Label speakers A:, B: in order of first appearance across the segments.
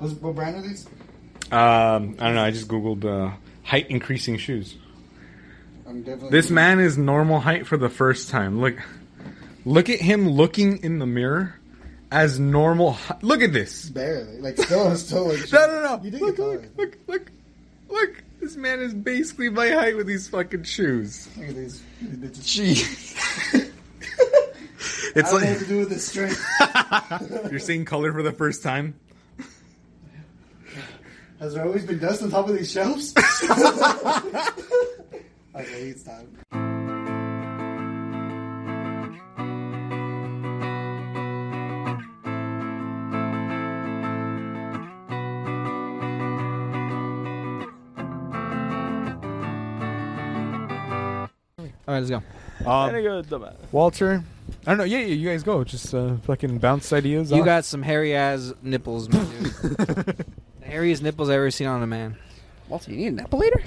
A: Was, what brand are these?
B: Um, I don't know. I just googled uh, height increasing shoes.
A: I'm definitely
B: This man is normal height for the first time. Look, look at him looking in the mirror as normal. Hi- look at this.
A: barely like still still like
B: No, no, no.
A: You think look,
B: Look, look,
A: look,
B: look, look, look. This man is basically my height with these fucking shoes.
A: look at these. these bitches.
B: Jeez.
A: I
B: it's
A: don't know what to
B: like
A: do with this strength.
B: you're seeing color for the first time.
A: Has there always been dust on top of these shelves? okay, it's time.
C: All right, let's go.
B: Um,
D: go with the man.
B: Walter, I don't know. Yeah, yeah, you guys go. Just uh, fucking bounce ideas.
C: You
B: off.
C: got some hairy ass nipples, my dude. the hairiest nipples I've ever seen on a man.
E: Walter, you need an apple later?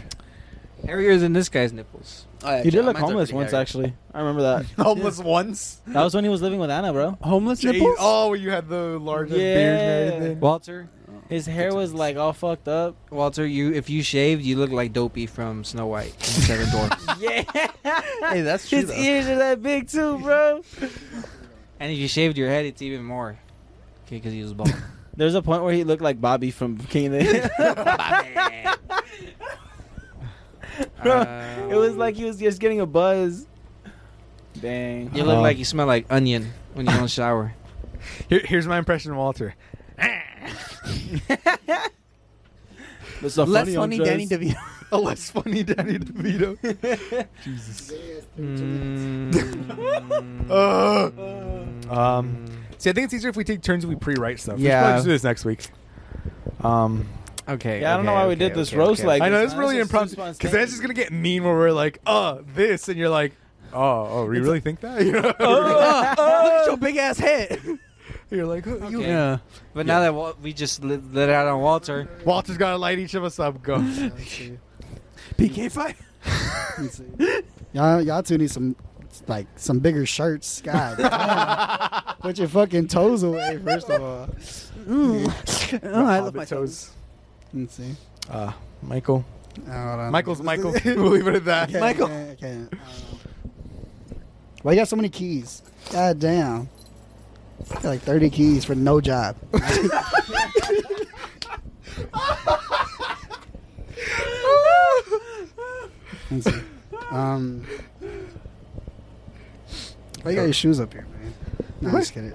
C: Hairier than this guy's nipples.
E: Oh,
D: He did look homeless once, actually. I remember that.
B: homeless once.
D: that was when he was living with Anna, bro.
E: Homeless
B: Jeez.
E: nipples?
B: Oh, you had the large beard and
D: Yeah.
B: everything.
C: Walter,
D: His hair was like all fucked up.
C: Walter, you if you shaved, you look like Dopey from Snow White and Seven Dwarfs.
D: Yeah.
E: Hey, that's true.
D: His
E: though.
D: ears are that big too, bro.
C: and if you shaved your head, it's even more. Okay, because he was bald.
D: There's a point where he looked like Bobby from King of the Hill. Bro,
C: Uh,
D: It was like he was just getting a buzz. Dang.
C: you look
B: Um,
C: like you smell like onion when you don't shower.
B: Here, here's my impression of Walter.
D: It's so
E: Less
D: funny,
E: funny, Danny
D: Andres.
E: DeVito.
B: Oh, less funny Danny DeVito. Jesus.
C: Mm,
E: Mm.
B: Ugh. um, see, I think it's easier if we take turns and we pre-write stuff.
C: Yeah.
B: Yeah. Let's do this next week. Um,
C: okay.
D: Yeah, I don't know
C: okay,
D: why we
C: okay,
D: did this
C: okay,
D: roast
C: okay.
D: like
B: I know
D: this.
B: it's really
D: This was
B: impromptu
D: too
B: because that's just
D: spontaneous.
B: gonna get mean where we're like, "Uh, this," and you're like, "Oh, oh, you really think that?" You know?
E: oh, look at your big ass head.
B: you're like, oh, you-
C: Okay. But now that Wal- we just lit, lit out on Walter,
B: "Walter's gotta light each of us up." Go.
A: Let's see.
E: PK fight.
A: Let's see. Y'all, y'all two need some like some bigger shirts. God, damn. put your fucking toes away first of all.
E: Mm. oh, I love
B: Hobbit
E: my toes.
A: Let's see.
B: Uh, Michael.
A: Hold on.
B: Michael's
A: This
B: Michael.
A: is-
B: we'll leave it at that.
A: Okay,
E: Michael.
A: okay, okay. I don't know. Why you got so many keys? God damn. I got like 30 keys for no job. Let's see. Um, why you got your shoes up here, man? No, I'm just kidding.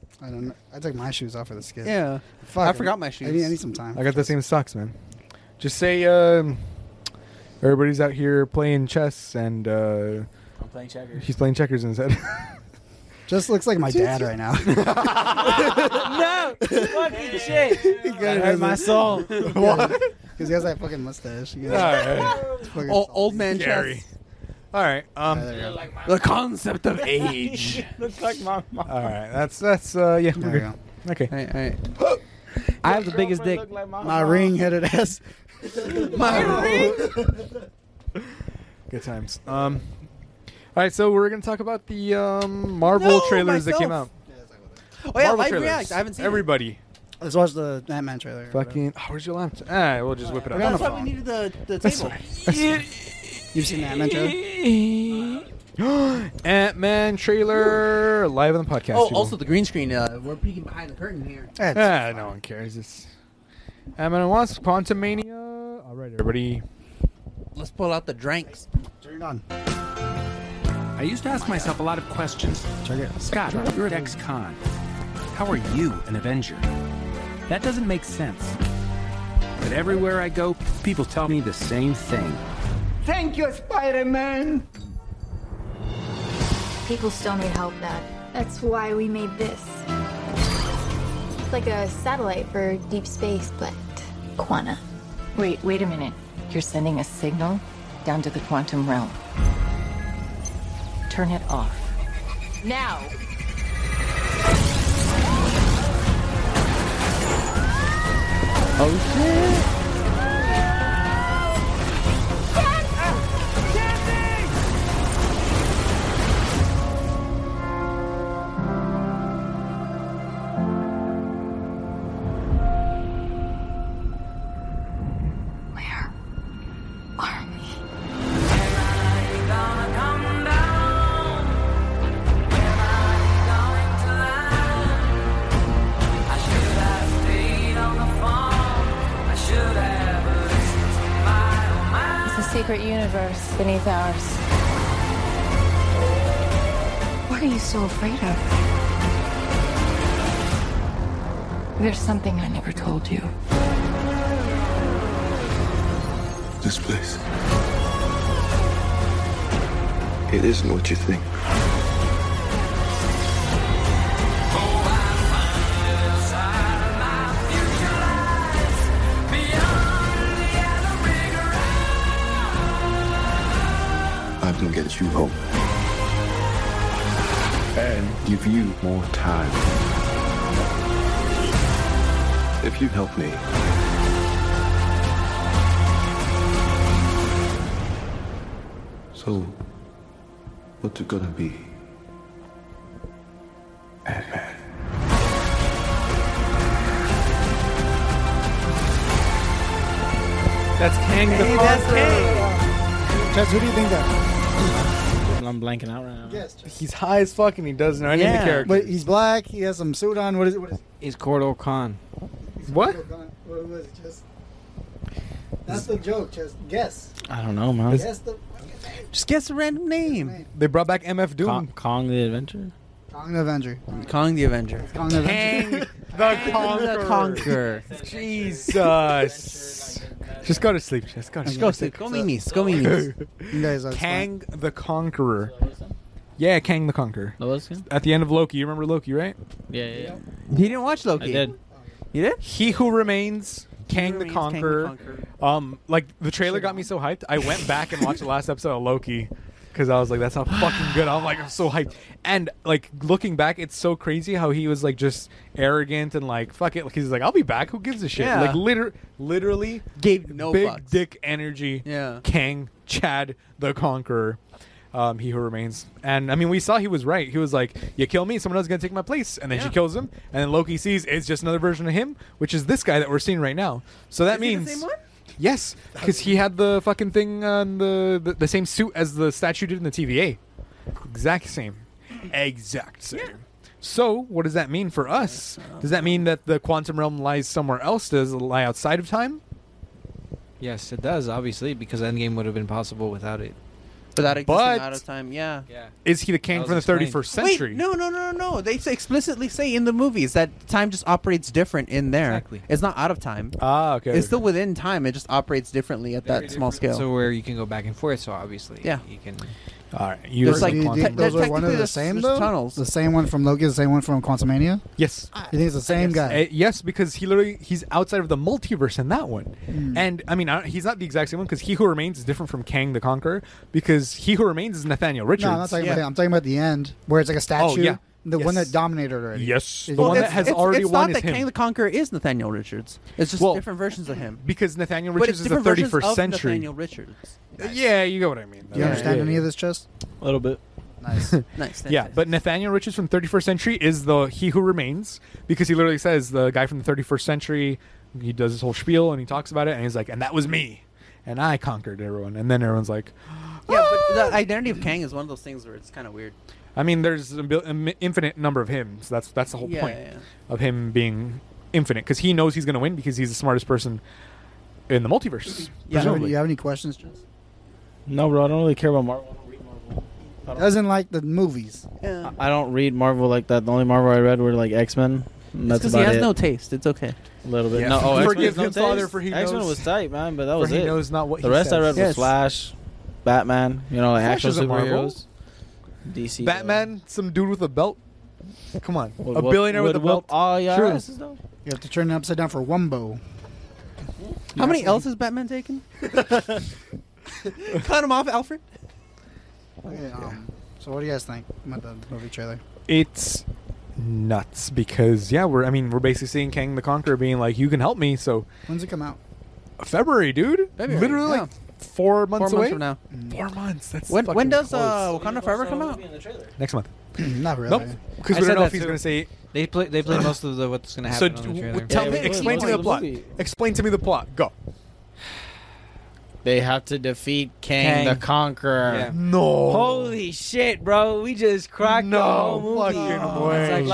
A: Um, I don't know. I took my shoes off for the skit.
E: Yeah.
A: Fuck
E: I
A: it.
E: forgot my
A: I need, I
E: shoes.
A: need some time.
B: I got the same socks, man. Just say um, everybody's out here playing chess, and uh,
D: I'm playing checkers.
B: he's playing checkers instead.
A: Just looks like my dad right now.
D: no! Fucking shit! That hurt my soul.
B: What?
A: Because he has that fucking mustache. He
B: All
A: goes,
B: right.
A: it's fucking
E: Old,
A: salty.
E: old man
B: Gary.
E: chest.
B: All right.
E: oh,
A: Yeah,
B: Um.
A: there you go.
E: The concept of age.
D: Looks like my mom.
B: All right. That's that's uh yeah.
A: There you
B: We're
A: go.
B: good. Okay.
E: All right, all right. I have the biggest dick.
D: Look like my,
A: My
D: mom.
A: ring headed ass.
E: My ring.
B: Good times. Um. All right. So we're gonna talk about the um Marvel
E: No,
B: trailers that came out.
E: myself. Oh yeah,
B: Marvel
E: live
B: trailers.
E: react. I haven't seen it.
B: Everybody.
A: Let's watch the Batman trailer.
B: Fucking. Oh, where's your laptop? All right. We'll just whip it
A: We're on a
B: up.
E: That's why
A: phone.
E: we needed the, the
B: That's
E: table.
A: You've seen the Batman trailer?
B: Ant Man trailer live on the podcast.
E: Oh,
B: people.
E: also the green screen. Uh, we're peeking behind the curtain here.
A: That's-
B: Ah, no one cares. It's Ant Man and Wasp, Quantum Mania. All right, everybody.
E: Let's pull out the drinks.
A: Turn it on.
F: I used to ask myself a lot of questions.
A: Check it.
F: Scott, you're an ex-con. How are you an Avenger? That doesn't make sense. But everywhere I go, people tell me the same thing.
G: People still need help, Dad. That's why we made this. It's like a satellite for deep space, but Quana.
H: Wait, wait a minute. You're sending a signal down to the quantum realm. Turn it off.
G: Now!
H: secret universe beneath ours. What are you so afraid of? There's something I never told you.
I: This place. It isn't what you think. I can get you home. And give you more time. If you help me, So, what's it gonna be? Batman.
J: That's Kang the
A: Chess, who do you think that?
J: I'm blanking out right now.
A: Yes, Chess.
J: He's high as fuck and he doesn't know any of
F: Yeah.
J: the characters.
A: But he's black. He has some suit on. What is it? What is
K: He's Cordal Khan.
A: it?
J: What?
A: What was it, Chess? That's the joke, Chess. Guess.
J: I don't know, man.
A: Guess the.
F: Just guess a random name.
B: They brought back MF Doom.
J: Kong, Kong the Adventure.
A: Kong the Avenger.
F: Kong the Avenger.
A: Kong the Avenger.
B: the
F: The Conqueror.
B: Jesus.
J: Just go to sleep. Just go to
F: Go sleep. Go minis. Go minis.
A: You guys are
B: Kang the Conqueror. Yeah, Kang the Conqueror.
J: What was it?
B: At the end of Loki, you remember Loki, right?
J: Yeah, yeah, yeah.
F: He didn't watch
J: I
F: Loki.
J: did.
F: You did?
B: He Who Remains, Kang the
F: Remains,
B: Conqueror. Um, like the trailer got me so hyped. I went back and watched the last episode of Loki because I was like, "That's how fucking good." I'm like, I'm so hyped. And like looking back, it's so crazy how he was like just arrogant and like fuck it. Like he's like, "I'll be back. Who gives a shit?"
F: Yeah.
B: Like liter- literally
F: Gave no
B: big
F: fucks.
B: dick energy.
F: Yeah.
B: Kang Chad the Conqueror. Um, he who remains, and I mean, we saw he was right. He was like, "You kill me, someone else is gonna take my place," and then she kills him, and then Loki sees it's just another version of him, which is this guy that we're seeing right now. So that
F: Is he the
B: means
F: same one?
B: Yes, because he had the fucking thing on the, the the same suit as the statue did in the TVA. Exact same. Exact same. So, what does that mean for us? Does that mean that the quantum realm lies somewhere else? Does it lie outside of time?
K: Yes, it does, obviously, because Endgame would have been possible without it.
F: Without existing
B: But-
F: out of time, yeah.
K: Yeah.
B: Is he the king
K: That
B: from the
K: was explained.
B: 31st century?
F: Wait, no, no, no, no, no. They s- explicitly say in the movies that time just operates different in there.
K: Exactly.
F: It's not out of time.
B: Ah, okay.
F: it's still within time. It just operates differently at that small scale.
K: So where you can go back and forth, so obviously
F: Yeah.
K: you can
B: All right. You
F: There's
B: were
F: like-
B: the
A: you
B: quantum
A: think
F: te-
B: realm.
A: those are one
F: technically
A: of the
F: there's-
A: same
F: there's
A: though?
F: tunnels.
A: The same one from Loki, the same one from Quantumania?
B: yes.
F: Ah.
A: You think it's the same
B: Uh,
A: guy?
B: yes, because he literally he's outside of the multiverse in that one,
F: Hmm.
B: and I mean I, he's not the exact same one because He Who Remains is different from Kang the Conqueror because He Who Remains is Nathaniel Richards.
A: No, I'm not talking
F: Yeah.
A: about him. I'm talking about the end where it's like a statue.
B: yeah.
A: The one
B: Yes.
A: that dominated already.
B: Yes.
A: It-
B: The one that
F: it's-
B: has
F: it's-
B: already
F: it's
B: won
F: not
B: is
F: that King
B: him.
F: the Conqueror is Nathaniel Richards. It's just
B: Well-
F: different versions of him.
B: because Nathaniel
F: But
B: Richards
F: it's
B: is the
F: different versions
B: 31st
F: of
B: century.
F: Nathaniel Richards.
B: Yeah, you get what I mean.
A: Do you
F: Yeah,
A: understand
J: yeah,
A: any
J: yeah.
A: of this, Chess?
J: A little bit.
A: Nice.
F: Nice. nice,
B: Yeah,
F: nice.
B: but Nathaniel Richards from 31st Century is the he who remains because he literally says the guy from the 31st Century. He does his whole spiel and he talks about it and he's like, and that was me, and I conquered everyone. And then everyone's like,
F: yeah, but the identity of Kang is one of those things where it's kind of weird.
B: I mean, there's an bil- an infinite number of him, so that's that's the whole
F: Yeah,
B: point
F: yeah.
B: of him being infinite because he knows he's gonna win because he's the smartest person in the multiverse.
A: Do you have any-
B: presumably.
A: you have any questions, Chess?
J: No, bro. I don't really care about Marvel. I don't read Marvel. I don't-
A: Doesn't like the movies.
F: Yeah.
J: I don't read Marvel like that. The only Marvel I read were like X Men. That's
F: Because he
J: about
F: has
J: it.
F: no taste. It's okay.
J: a little bit.
B: Yeah.
J: No, oh,
B: Forgive
J: X-Men's no
B: him, Father,
J: taste?
B: for he
J: X-Men
B: knows-
J: was tight, man. But that
B: For
J: was
B: he
J: it.
B: knows not what
J: the
B: he
J: rest I
B: says.
J: read
F: Yes.
J: was Flash, Batman. You know, like
B: Flash
J: actual
B: isn't Marvel.
J: superheroes. DC.
B: Batman, some dude with a belt. Come on,
J: though, would
B: a
J: whoop-
B: billionaire with
J: would
B: a
J: whoop
B: belt.
J: All your
B: True.
J: asses, though.
A: You have to turn it upside down for Wumbo.
F: How many L's has Batman taken? Cut him off, Alfred.
A: Okay, um, so what do you guys think about the movie trailer?
B: It's nuts because yeah, we're I mean we're basically seeing Kang the Conqueror being like, you can help me. So
A: When's it come out?
B: February, dude,
F: February,
B: literally
F: yeah.
B: like four months
F: Four
B: away.
F: months from now.
B: Four months. That's
F: When, when
B: fucking
F: does
B: close.
F: uh, Wakanda Forever come out?
B: next month?
A: Not really.
B: Nope, because
K: I
B: we
K: said
B: don't know
K: that
B: if he's
K: too.
B: gonna say
K: They play. They play most of the what's gonna
B: So
K: happen
B: d-
K: on the
B: w-
K: trailer.
B: tell
J: Yeah,
B: me,
J: it was
B: explain
J: most
B: to me the
J: of the
B: plot.
J: movie.
B: Explain to me the plot. Go.
D: They have to defeat
J: Kang.
D: Kang, the Conqueror.
J: Yeah.
B: No.
J: Holy shit, bro! We just cracked the
B: No
J: whole movie.
B: fucking way.
J: It's
D: Like,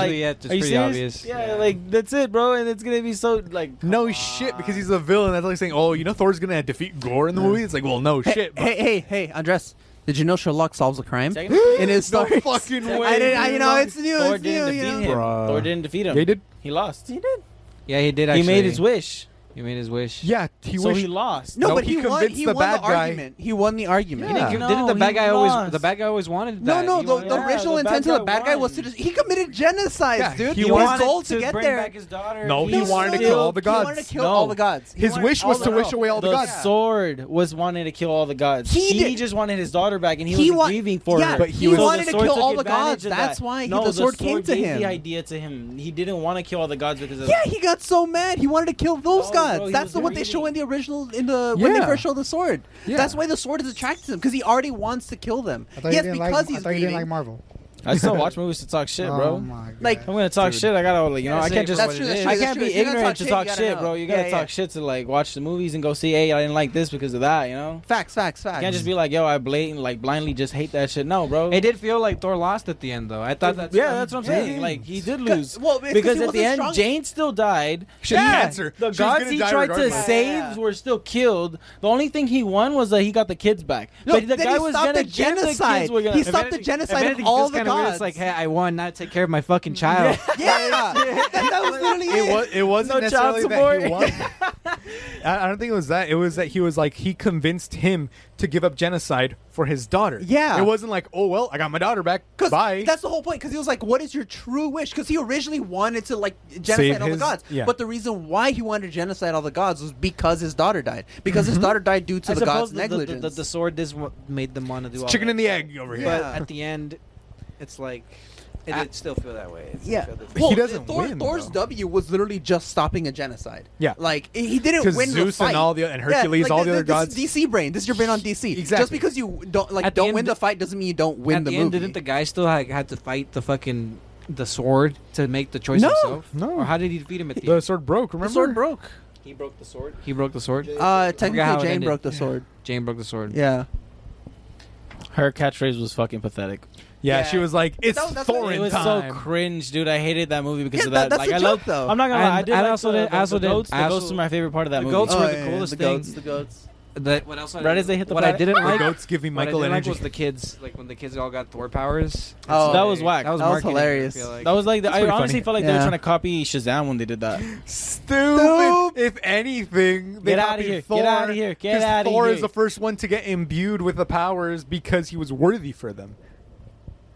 J: actually, yeah, it's
D: are you
J: pretty
D: serious?
J: obvious.
D: Yeah, like that's it, bro. And it's gonna be so like
B: No shit, because he's a villain. That's like saying, "Oh, you know, Thor's gonna defeat Gore in the movie." It's like, well, no shit. but-
F: Hey, hey, hey, Andres. Did you know Sherlock solves a crime
D: Second-
F: in his
B: no
F: story?
B: fucking way.
F: I didn't. I, you know, it's new.
D: Thor
F: it's new.
D: didn't
F: You
D: defeat
F: know?
D: him.
B: Bruh.
D: Thor didn't defeat him.
B: They did.
D: He lost. He did.
K: Yeah, he did. Actually.
J: He made his wish.
K: He made his wish.
B: Yeah, he
D: so
B: was.
D: he lost.
F: No,
B: No,
F: but
B: he
F: he, won.
B: convinced
F: He
B: the
F: won
B: bad
F: the
B: guy.
F: argument. He won the argument.
B: Yeah.
K: Didn't didn't the
J: No,
K: bad
J: he
K: guy always?
J: lost.
K: The bad guy always wanted
F: No,
K: that.
F: no.
K: He
F: The,
K: wanted
F: the
K: that.
D: Yeah,
F: original
D: the bad
F: intent of
D: guy
F: the bad guy was to
D: won.
F: just he committed genocide,
B: Yeah,
F: dude.
B: he
F: His
B: wanted
F: goal to,
J: to
F: get
J: bring
F: there.
J: back his daughter.
B: No, he
F: No, no,
B: wanted to
F: no,
B: kill
F: no.
B: all the
F: He wanted
B: gods.
F: to kill
D: No.
F: all the gods. He
B: his
F: wanted
B: wish
F: all
B: was
F: the-
B: to
F: no.
B: wish away all the,
D: the
B: gods.
D: sword was wanting to kill all the gods.
F: He
D: She
F: did-
D: just wanted his daughter back, and he, was
F: wa-
D: grieving for
F: yeah,
D: her.
F: But
B: he
F: he
B: was-
F: wanted to
D: sword
F: kill
D: took
F: all the
D: advantage
F: gods.
D: of
F: That's
D: that.
F: why he,
D: no,
F: the sword came to
D: gave
F: him.
D: The idea to him. He didn't want to kill all the gods because of
F: Yeah, he got so mad. He wanted to kill those
D: No,
F: gods.
D: bro, he
F: That's
D: was
F: the what they
D: greedy.
F: show in the original in the when they
B: Yeah.
F: first show the sword.
B: Yeah.
F: That's why the sword is attracted to him because he already wants to kill them.
A: I thought you
F: Yes,
A: didn't
F: because
A: like, I
F: he's
A: thought you
F: bleeding.
A: didn't like Marvel.
D: I still watch movies to talk shit,
A: Oh
D: bro.
A: my god.
F: Like,
D: I'm gonna talk shit. I gotta, like, you know, I
K: That's
D: can't
K: true,
D: just.
F: that's true. That's true.
D: I
F: that's
D: can't
F: true.
D: be
F: If you're gonna
D: ignorant to talk
F: you gotta
D: shit,
F: know.
D: bro. You gotta
F: Yeah,
D: talk
F: yeah.
D: shit to like watch the movies and go see. Hey, I didn't like this because of that. You know,
F: Facts, facts, facts.
D: you can't just be like, yo, I blatant like blindly just hate that shit. No, bro.
K: It did feel like Thor lost at the end, though. I thought that's
D: yeah, that's what I'm saying.
K: Yeah.
D: Like he did
F: C-
D: lose.
F: well, it's 'cause
D: because
F: he
D: at the
F: wasn't
D: end,
F: strong-
D: Jane still died.
B: She had to.
D: the
B: She was
D: gods
B: gonna
D: he
B: die
D: tried to
B: regardless.
D: save
F: Yeah.
D: were still killed. The only thing he won was that he got the kids back.
F: No,
D: but the
F: then
D: guy
F: he
D: was
F: stopped
D: gonna
F: the
D: give kids
F: genocide.
D: were gonna-
F: He stopped the genocide of
K: Benedict
F: all
K: just
F: the
K: kinda weird.
F: gods.
K: It's like, hey, I won. Now take care of my fucking child.
F: yeah, that, that was literally
B: it
F: it.
B: was. It wasn't
D: No child
B: necessarily that he won. I, I don't think it was that. It was that he was like he convinced him to give up genocide for his daughter.
F: Yeah.
B: It wasn't like, oh well, I got my daughter back.
F: 'Cause
B: Bye.
F: That's the whole point. Because he was like, "What is your true wish?" Because he originally wanted to like genocide
B: Save
F: all
B: his-
F: the gods.
B: yeah.
F: But the reason why he wanted to genocide all the gods was because his daughter died. Because
B: Mm-hmm.
F: his daughter died due to
K: I
F: the
K: suppose
F: gods'
K: the, the, the,
F: negligence.
K: the, the sword is what made them want to do all
B: Chicken
K: that.
B: and the egg over here.
K: But
F: Yeah.
K: at the end, it's like it
F: I-
K: did still feel that way. It still
F: yeah,
K: felt that-
F: well,
B: He doesn't
F: Thor,
B: win,
F: Thor's
B: though.
F: W was literally just stopping a genocide.
B: Yeah.
F: like he- he didn't
B: 'Cause
F: win the
B: Zeus and
F: fight.
B: all the- and Hercules,
F: like,
B: all
F: th-
B: the other
F: th-
B: gods-
F: This is DC brain. This is your brain on DC. Just
B: Exactly.
F: because you don't like
K: At the
F: don't
K: end-
F: win the fight doesn't mean you don't win
K: At the,
F: the,
K: end,
F: movie.
K: didn't the guy still like, had to fight the fucking the sword to make the choice
F: No.
K: himself?
B: No.
K: Or how did he defeat him at the,
B: The
K: end?
B: sword broke. Remember?
F: the sword broke?
D: He broke the sword.
K: He broke the sword.
F: Uh,
K: how it
F: technically, Jane
K: ended.
F: broke the sword.
K: Jane broke the sword.
F: Yeah.
D: Her catchphrase was fucking pathetic.
B: Yeah,
F: Yeah.
B: She was like, it's
F: That- that's what-
B: Thorin
D: It was
B: time.
D: so cringe, dude. I hated that movie because
F: Yeah,
D: of that.
F: that- that's
D: like,
F: a
D: I
F: joke,
D: love.
F: though.
D: I'm not gonna lie. I
K: And-
D: did
K: and
D: like
K: also
D: the,
K: did-
D: the,
K: also
D: the
K: did-
D: goats.
K: I
D: The goats
K: also-
D: were my favorite part of that
K: the
D: movie.
K: goats
F: Oh,
K: were
F: yeah,
K: the coolest
F: the
K: thing.
F: goats, the goats.
K: The, what else? I
D: Right
K: didn't-
D: as they hit the
K: what I
D: planet-
K: didn't
B: the
K: like.
B: goats giving
K: what I
B: Michael
K: didn't like
B: energy.
K: was the kids, like when the kids all got Thor powers. It's
F: Oh.
D: That was whack.
K: That was,
F: That was
K: marketing, I
F: hilarious.
K: feel like.
D: That was like the, I
B: pretty
D: honestly
B: funny.
D: felt like they
F: Yeah.
D: were trying to copy Shazam when they did that.
B: Stupid. If anything, they
D: Get outta
B: copied
D: here, get
B: Thor.
D: outta here, get
B: 'cause
D: outta
B: Thor is
D: here.
B: the first one to get imbued with the powers because he was worthy for them.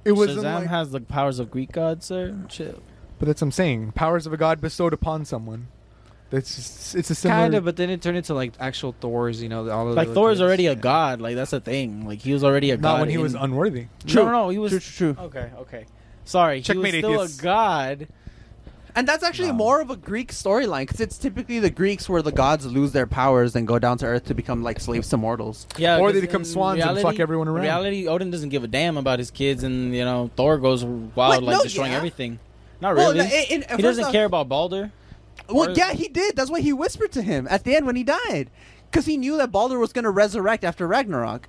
B: It was
D: Shazam
B: like,
D: has the powers of Greek gods, sir. Chill.
B: but that's what I'm saying. Powers of a god bestowed upon someone. That's just, it's a similar.
K: kind of, but then it turned into like actual Thors. You know, the- all of the
D: Like
K: little
D: Thor's
K: kids.
D: already a
K: Yeah.
D: god. Like that's the thing. Like he was already a god.
B: not when he was
D: in-
B: unworthy.
D: No, no, no, he was.
F: True, true, true.
D: Okay, okay. Sorry,
B: Checkmate
D: he was still
B: atheists.
D: a god.
F: And that's actually more of a Greek storyline because it's typically the Greeks where the gods lose their powers and go down to Earth to become like slaves to mortals.
D: Yeah,
B: Or they
D: 'cause
B: become
D: in
B: swans and fuck everyone around.
D: In reality, Odin doesn't give a damn about his kids, and you know Thor goes wild,
F: Wait,
D: like
F: no,
D: destroying
F: yeah.
D: everything. Not
F: Well,
D: really.
F: no, in- in-
D: he
F: first
D: doesn't
F: off-
D: care about Balder.
F: Well,
D: Or-
F: yeah, he did. That's why he whispered to him at the end when he died, because he knew that Balder was going to resurrect after Ragnarok.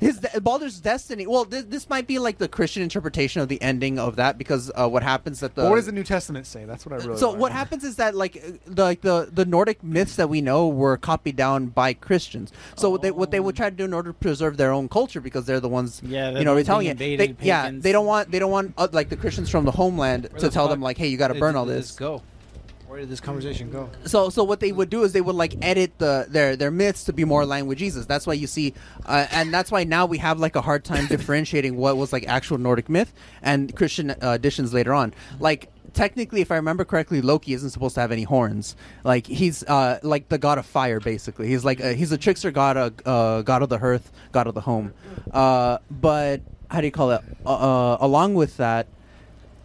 F: His de- Baldur's destiny. Well, this, this might be like the Christian interpretation of the ending of that, because uh, what happens at the
B: But what does the New Testament say? That's what I really.
F: so
B: wanna
F: what
B: know.
F: happens is that like uh, the, like the the Nordic myths that we know were copied down by Christians. So what they what they would try to do in order to preserve their own culture because they're the ones
D: Yeah, they're
F: you know
D: the ones
F: retailing
D: that
F: it. They,
D: invaded
F: yeah,
D: pagans.
F: they don't want they don't want uh, like the Christians from the homeland
K: Where
F: to
K: the
F: tell them
K: fuck
F: like hey you got to
K: did-
F: burn
K: did
F: all
K: this
F: this.
K: go? Where did this conversation go?
F: So so what they would do is they would like edit the their their myths to be more aligned with Jesus. That's why you see, uh, and that's why now we have like a hard time differentiating what was like actual Nordic myth and Christian uh, additions later on. Like technically, if I remember correctly, Loki isn't supposed to have any horns. Like he's uh, like the god of fire, basically. He's like a, he's a trickster god, a uh, god of the hearth, god of the home. Uh, but how do you call it? Uh, uh, along with that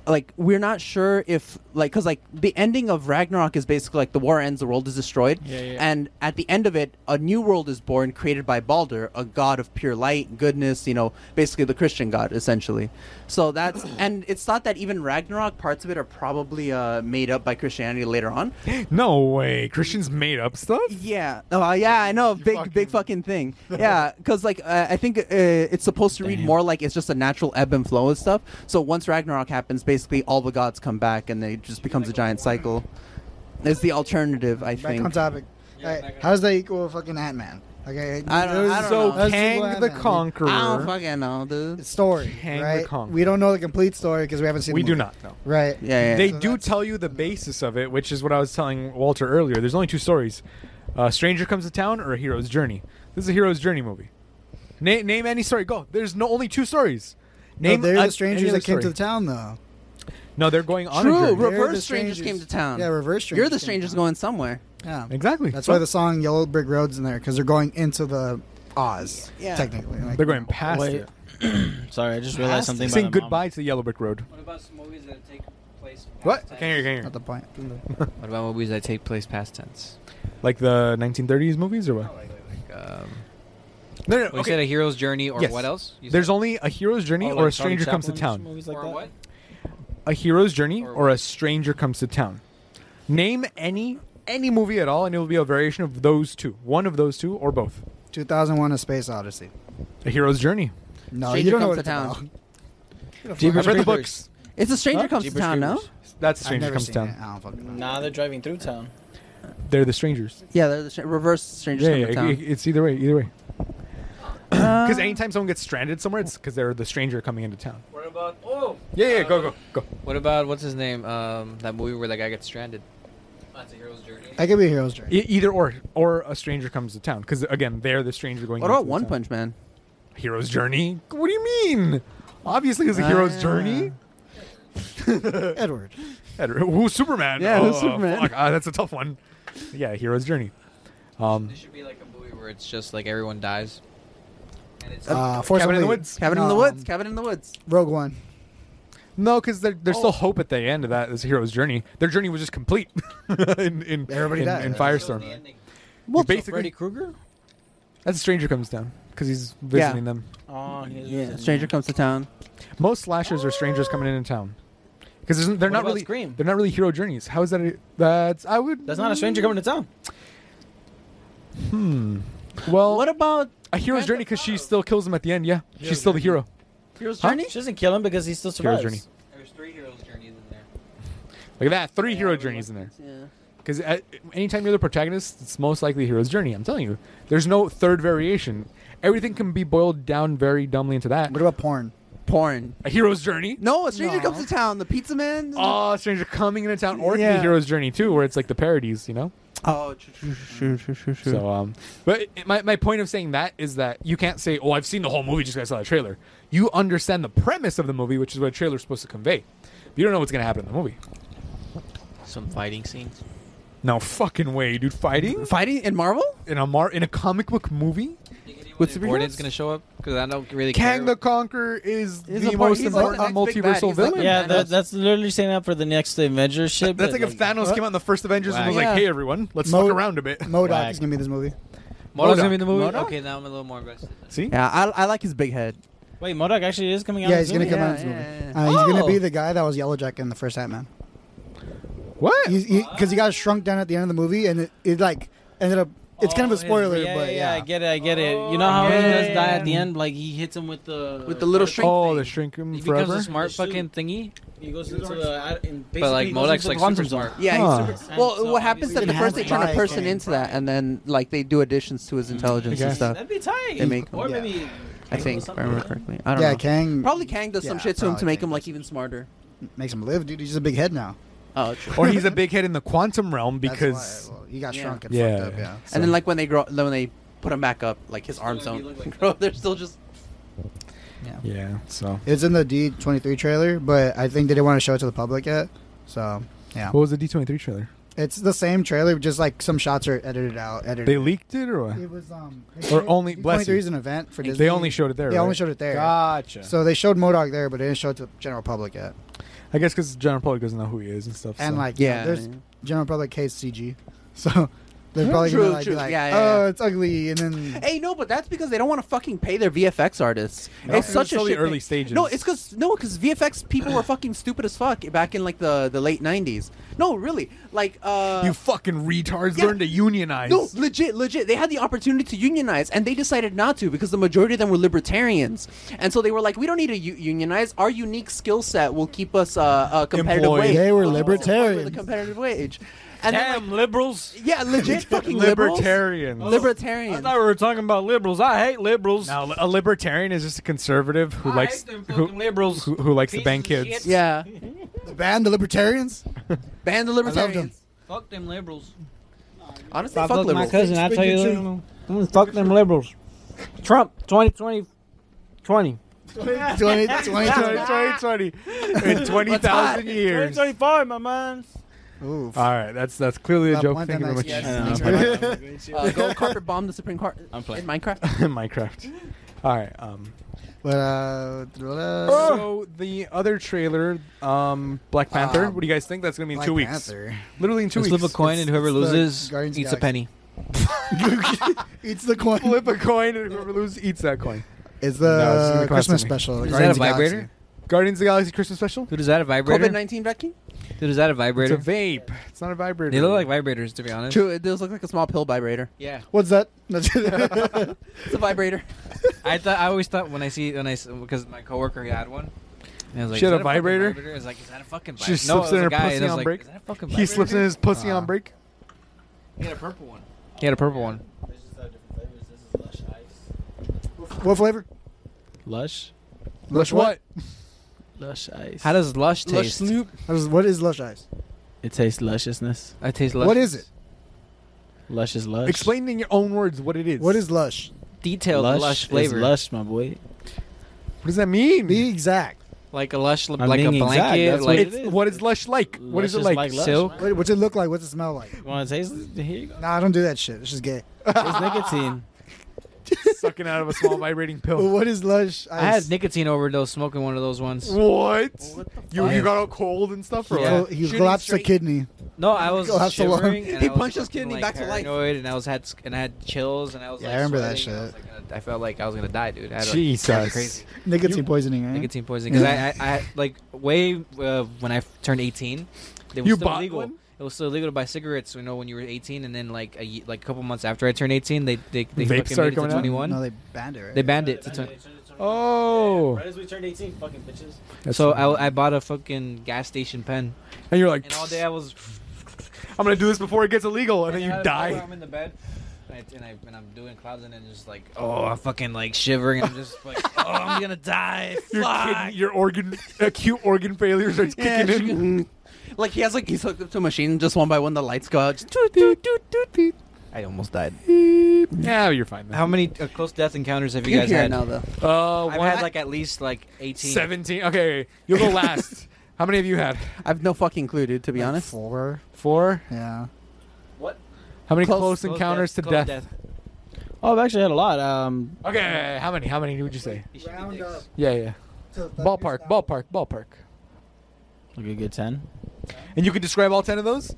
F: like we're not sure if like because like the ending of Ragnarok is basically like the war ends, the world is destroyed,
D: Yeah, yeah.
F: and at the end of it, a new world is born, created by Balder, a god of pure light, goodness, you know, basically the Christian god essentially. So that's and it's thought that even Ragnarok parts of it are probably uh, made up by Christianity later on.
B: No way. Christians made up stuff?
F: Yeah. Oh, yeah. I know. Big, big fucking thing. Yeah, because like uh, I think uh, it's supposed to read more like it's just a natural ebb and flow and stuff. So once Ragnarok happens, basically all the gods come back, and it just becomes a giant cycle. It's the alternative, I
A: Back
F: think.
A: on topic. Hey, how does that equal fucking Ant Man? Okay,
F: I don't-
A: there's-
F: I don't So know.
A: there's
F: Kang
A: equal
F: the
A: Ant-Man.
B: Conqueror.
F: I don't fucking know, dude.
A: story,
B: Kang the
A: right?
B: Conqueror.
A: We don't know the complete story because we haven't seen.
B: We
A: the
B: do
A: movie.
B: not know.
A: Right.
F: Yeah, yeah.
B: They do tell you the basis of it, which is what I was telling Walter earlier. There's only two stories: uh, Stranger Comes to Town or A Hero's Journey. This is a Hero's Journey movie. Na- name any story. Go. There's no only two stories.
A: No,
B: Name
A: they're
B: a-
A: the
B: any
A: strangers
B: other
A: that came to
B: story.
A: the town, though.
B: No, they're going on a
F: True.
B: journey.
A: They're
F: Reverse
A: the
F: strangers came
A: strangers.
F: to town.
A: Yeah, reverse strangers.
F: You're the
A: came
F: strangers
A: to
F: going somewhere.
A: town. Yeah.
B: Exactly.
A: That's
B: So
A: why the song "Yellow Brick Road's in there because they're going into the Oz,
F: Yeah.
A: technically. Like,
B: they're going past
D: Wait.
B: it.
D: Sorry, I just realized something.
B: Saying
D: about my mom.
B: goodbye to the Yellow Brick Road.
J: What about some movies that take place?
B: What? Can you hear? Can
A: Not the point.
K: What about movies that take place past tense?
B: Like the 1930s movies or what?
K: Um,
B: No, no.
K: well, you said a hero's journey, or
B: Yes.
K: what else? You
B: There's
K: said-
B: only a hero's journey
D: Oh,
B: or a
D: like Charlie
B: stranger comes to
D: Chaplin's
B: town.
D: movies like
J: Or
D: that?
J: what?
B: a hero's journey
K: Or-
B: or a stranger comes to town. Name any any movie at all, and it will be a variation of those two. One of those two or both.
A: 2001: A Space Odyssey.
B: A hero's journey.
A: No,
F: Stranger
A: you don't know
F: Comes
A: what
F: to
A: it's
F: Town.
A: about.
B: I've read the
D: Creepers.
B: books.
F: It's a stranger
B: Huh?
F: comes to
D: Jeepers
F: town. No.
D: Creepers.
B: That's
A: I've
B: stranger
A: never
B: comes
A: seen
B: to town.
A: it. I don't fucking know.
D: Nah, they're driving through town.
B: They're the strangers.
F: Yeah, they're the stra- reverse strangers
B: Yeah,
F: come to
B: yeah,
F: town.
B: it- it's either way, either way.
F: Um,
B: Because anytime someone gets stranded somewhere, it's because they're the stranger coming into town.
J: What about? Oh,
B: Yeah, yeah, go, go, go.
K: What about what's his name? Um, that movie where that guy gets stranded.
J: that's a hero's journey.
A: That could be a hero's journey.
B: E- either or, or a stranger comes to town. Because again, they're the stranger going.
F: What
B: into
F: about
B: the
F: One
B: town.
F: Punch Man?
B: Hero's journey? What do you mean? Obviously, it's a hero's
F: Ah.
B: journey.
A: Edward.
B: Edward- Who's Superman?
F: Yeah, who's
B: Oh,
F: Superman?
B: fuck. Ah, that's a tough one. Yeah, hero's journey. Um,
K: There should be like a movie where it's just like everyone dies. And it's
A: Uh, Force
B: Cabin in the
A: Awakens.
B: Woods.
F: Cabin in the
A: No,
F: Woods.
A: um,
F: Cabin in the Woods.
A: Rogue One.
B: no, because there, there's
J: Oh.
B: still hope at the end of that. This hero's journey. Their journey was just complete in in,
A: Everybody
B: in,
A: died.
B: in
J: Shows the
B: Firestorm.
J: ending.
B: Well,
D: So
B: basically,
D: Oh, Freddy Krueger.
B: as a stranger comes down because he's visiting them.
D: Oh, he's
F: Yeah. Stranger comes to town.
B: Most slashers are strangers coming into town because they're
D: What
B: not
D: about
B: really
D: Scream?
B: they're not really hero journeys. How is that? A, that's I would.
D: That's not a stranger coming to town.
B: Hmm. Well,
F: What about
B: a hero's
F: Grand
B: journey because she still kills him at the end. Yeah, she's still the hero.
F: Hero's
B: Huh?
F: Journey?
D: She doesn't kill him because he still
B: Hero's
D: survives.
B: journey.
J: There's three heroes' journeys in there.
B: Look at that, three hero journeys in there.
F: Yeah.
B: Because anytime you're the protagonist, it's most likely a hero's journey. I'm telling you, there's no third variation. Everything can be boiled down very dumbly into that.
A: What about porn?
F: Porn.
B: A hero's journey.
F: No, a stranger
A: No.
F: comes to town. The pizza man.
B: Oh, stranger coming into town, or it can be
F: Yeah.
B: a hero's journey too, where it's like the parodies, you know.
F: oh true, true, true, true, true, true.
B: So, um, but it- my my point of saying that is that you can't say, "Oh, I've seen the whole movie just 'cause I saw the trailer." You understand the premise of the movie, which is what a trailer's supposed to convey. You don't know what's gonna happen in the movie.
K: some fighting scenes.
B: No fucking way, dude! Fighting
F: Fighting in Marvel?
B: in a mar in a comic book movie.
J: Think anyone
F: What's the
K: Gordon's
F: superheroes?
K: gonna show up because I don't really care.
B: Kang the Conqueror is
F: He's
B: the
F: a part-
B: most
F: he's like
B: important
F: the next big bad.
B: multiversal
F: He's like
B: villain.
F: the
D: Yeah,
F: Thanos.
D: that, that's literally setting up for the next Avengers ship.
B: That's
D: but,
B: like if Thanos came out in the first Avengers and
K: Wow.
B: was
F: Yeah.
B: like, "Hey, everyone, let's
A: Mo-
B: fuck around a bit."
A: Modoc
D: Whack.
A: is gonna be in this movie.
K: Modok's gonna
B: Modok.
K: be in the movie.
B: Modok?
K: Okay, now I'm a little more invested.
B: See,
F: Yeah, I, I like his big head.
D: Wait, Modok actually is coming out.
A: Yeah,
D: this
A: he's gonna
D: movie?
A: come
F: Yeah,
A: out in this
F: yeah,
A: movie.
F: yeah,
A: Uh, he's gonna
D: Oh!
A: be the guy that was Yellowjacket in the first Ant Man.
B: what?
A: Because he, 'cause he got shrunk down at the end of the movie, and it, it like ended up. It's kind
D: Oh,
A: of a
D: his-
A: spoiler,
D: yeah,
A: but
D: yeah,
A: yeah,
D: I get it, I get it. You know how he
B: Yeah.
D: does die at the end? Like he hits him with the
F: With the little shrink.
B: oh, the shrink him
K: He becomes
B: forever.
K: a smart
D: The suit.
K: fucking thingy,
D: He goes into the and basically
K: but like
D: he goes
K: Modok's
D: into
K: like
D: the quantum
K: super smart.
D: zone.
F: Yeah,
B: Huh.
F: he's super.
D: And
F: Well,
D: so
F: what happens
D: obviously
F: that the
A: he
F: first
A: has
F: they turn a
A: eyes,
F: person
A: Kang.
F: into that, and then like they do additions to his intelligence and
B: guess.
F: stuff.
D: That'd be tight.
F: They make-
D: or
A: yeah.
D: maybe
F: I think, if I remember correctly. I don't
A: yeah,
F: know.
A: Kang
F: Probably Kang does some
A: Yeah,
F: shit to him to
A: probably
F: make
A: Kang
F: him like even smarter.
A: makes him live, dude. He's just a big head now.
F: Oh, true.
B: or he's a big head in the quantum realm
A: That's
B: because
A: why, well, he got
F: Yeah.
A: shrunk and
B: Yeah.
A: fucked up. Yeah,
F: and then like when they grow, when they put him back up, like his arms
J: gonna be
F: don't
J: look like
F: grow. They're still just.
B: yeah. So
A: it's in the D twenty three trailer, but I think they didn't want to show it to the public yet. So yeah,
B: what was the D twenty three trailer?
A: it's the same trailer, just like some shots are edited out. Edited.
B: They leaked it or what?
A: it was um.
B: Or only- bless
A: twenty three
B: you.
A: is an event for Disney.
B: They only showed it there.
A: They only
B: right?
A: showed it there.
B: Gotcha.
A: So they showed Modoc there, but they didn't show it to the general public yet.
B: I guess because general public doesn't know who he is and stuff.
A: and
B: so.
A: like yeah,
F: Yeah,
A: there's
F: yeah.
A: general public hates CG, so they're probably
F: True,
A: gonna like, be
F: true.
A: like,
F: Yeah, yeah,
A: oh,
F: yeah.
A: it's ugly, and then
F: Hey, no, but that's because they don't want to fucking pay their VFX artists.
B: No,
F: it's
B: it
F: such
B: was
F: a
B: still the
F: shit
B: early
F: thing.
B: stages.
F: No, it's because no, because VFX people were fucking stupid as fuck back in like the the late '90s. No, really, like uh,
B: you fucking retards
F: yeah.
B: learn to unionize.
F: No, legit, legit. They had the opportunity to unionize, and they decided not to because the majority of them were libertarians, and so they were like, "We don't need to u- unionize. Our unique skill set will keep us uh, uh, competitive
B: Employed.
F: wage.
A: They were
F: We'll keep us employed
A: libertarians.
F: With a competitive wage." And then,
L: Damn liberals.
F: like, yeah, legit fucking liberals.
B: libertarians.
F: Libertarians.
L: I thought we were talking about liberals. I hate liberals.
B: Now, a libertarian is just a conservative who
L: I
B: likes
L: hate them
B: who,
L: fucking liberals.
B: who, who likes to
L: Pieces
B: bang
L: of
B: kids.
L: shit.
F: yeah,
A: ban the libertarians.
F: ban the libertarians.
L: Fuck them liberals.
F: Honestly,
L: Fuck,
F: fuck,
L: my
F: liberals.
L: cousin. I tell you, that. Mm, fuck them liberals. Trump 2020 20.
A: 20, 20, 20.
B: 2020 in 20,000 years. All
L: 2035, my man.
A: Oof.
B: right, that's that's clearly a
A: That
B: joke.
A: one
B: Thank you
A: that
B: very much.
A: makes sense.
D: I
A: Thanks
D: know,
A: very
D: but-
A: much.
F: Uh, go carpet bomb the Supreme Court
D: I'm
F: in
D: playing.
F: Minecraft.
B: Minecraft. All right. Um,
A: But uh,
B: Oh.
A: blah,
B: so the other trailer, um, Black Panther.
A: Um,
B: what do you guys think? That's gonna be in
A: Black
B: two weeks.
A: Panther.
B: Literally in two
C: Just
B: weeks.
C: flip a coin
A: It's-
C: and whoever
A: it's the
C: loses
A: Guardians of
C: eats
A: the
C: a penny.
A: It's the coin.
B: flip a coin and whoever loses eats that coin.
A: It's
B: No, it's gonna
A: the
B: cost
A: Christmas
B: me.
A: special.
C: Is
A: Guardians
C: that a
A: of the Galaxy.
C: vibrator?
B: Guardians of the Galaxy Christmas special.
C: Dude, is that a
F: COVID
C: vibrator?
F: nineteen vaccine.
C: Dude, is that a
B: It's a
C: vibrator?
B: vape. It's not a vibrator.
C: They look like vibrators, to be honest.
F: True, it does look like a small pill vibrator.
C: Yeah.
A: What's that? That's-
F: It's a vibrator.
C: I thought I always thought when I see when I because my coworker he had one. And I was like,
B: She
C: "Is
B: had a
C: that fucking
B: vibrator?
C: I was like, is that a fucking
B: She
C: vibrator? no,
B: slips
C: it was
B: in
C: a
B: her
C: guy, and
B: pussy
C: I was
B: on
C: like,
B: break.
C: Is that a fucking
B: He slips in
C: vibrator?"
B: his pussy
A: Uh,
B: on break.
C: He had a purple one. He had a purple one.
A: what flavor?
D: Lush,
A: Lush
D: lush ice.
C: How does lush taste?
F: Lush Snoop.
A: How does- What is Lush Ice?
D: it tastes? Lusciousness.
C: I taste lush.
A: What is it?
D: Lush is lush.
B: Explain in your own words what it is.
A: What is Lush?
C: Detailed lush,
D: lush, is
C: flavor.
D: lush, my boy.
B: What does that mean?
A: Be exact.
C: Like a lush,
D: I'm
C: like a
D: being exact,
C: blanket.
D: that's what
C: like
D: it
B: It's- what is lush like? what is it
D: Lush
B: like?
D: lush,
C: silk?
D: man.
A: What, what's it look like? What's it smell like?
D: You want to taste it? Here you go.
A: Nah, I don't do that shit. It's just gay.
D: It's nicotine.
B: Sucking out of a small vibrating
A: But
B: pill.
A: what is Lush Ice?
C: I had nicotine overdose smoking one of those ones.
B: What? You
C: fuck?
B: you got all cold and stuff, or
A: He
C: Yeah.
A: col- He
F: Shooting
A: collapsed a
F: straight.
A: kidney.
C: No, I was
A: Go have so long.
C: shivering. And
F: He
C: I was
F: punched his
C: fucking,
F: kidney
C: like,
F: back to life.
C: paranoid, And I was had and I had chills, and I was
A: Yeah,
C: like,
A: I remember that
C: sweating, and I was,
A: shit.
C: like, gonna- I felt like I was gonna die, dude. I had, like,
B: Jesus.
C: crazy.
A: Nicotine poisoning, eh?
C: nicotine poisoning because I, I, I like way uh, when I turned 18, they were
B: You
C: still
B: bought
C: illegal.
B: one?
C: It was still illegal to buy cigarettes, you know, when you were 18, and then like a ye- like a couple months after I turned 18, they they they
B: Vape
C: fucking
B: started
C: made it
B: coming
C: to
B: out?
C: 21.
A: No, they banned it. Right?
C: They banned it to 20.
B: Oh.
D: as we turned 18, fucking bitches.
C: So I, I bought a fucking gas station pen,
B: and you're like,
C: and all day I was.
B: I'm gonna do this before it gets illegal, and then you
C: out of nowhere,
B: die.
C: I'm in the bed. And, I, and, I, and I'm doing clouds and then just like oh I'm fucking like shivering and I'm just like oh I'm gonna die
B: Your
C: fuck
B: kidney, your organ, acute organ failure starts
F: Yeah,
B: kicking in.
F: Like he has like he's hooked up to a machine. Just one by one, the lights go out. Just toot, toot, toot, toot, toot. I almost died.
B: Yeah, you're fine.
C: how many uh, close death encounters have you
F: You
C: guys
F: hear it
C: had
F: now though.
B: Uh,
C: I've
B: one-
C: had like at least like 18.
B: seventeen. Okay, you'll go last. how many have you had?
F: I've no fucking clue, dude. To be
A: Like
F: honest,
A: Four.
B: Four.
A: Yeah.
B: How many close,
F: Close-
C: Close
B: encounters
C: death-
B: to
C: close
B: death?
D: Oh, I've actually had a lot. Um,
B: Okay, how many? How many would you say?
C: You should be dicks.
B: Yeah, yeah. Ballpark, ballpark, ballpark.
D: like a good 10.
B: And you could describe all ten of those.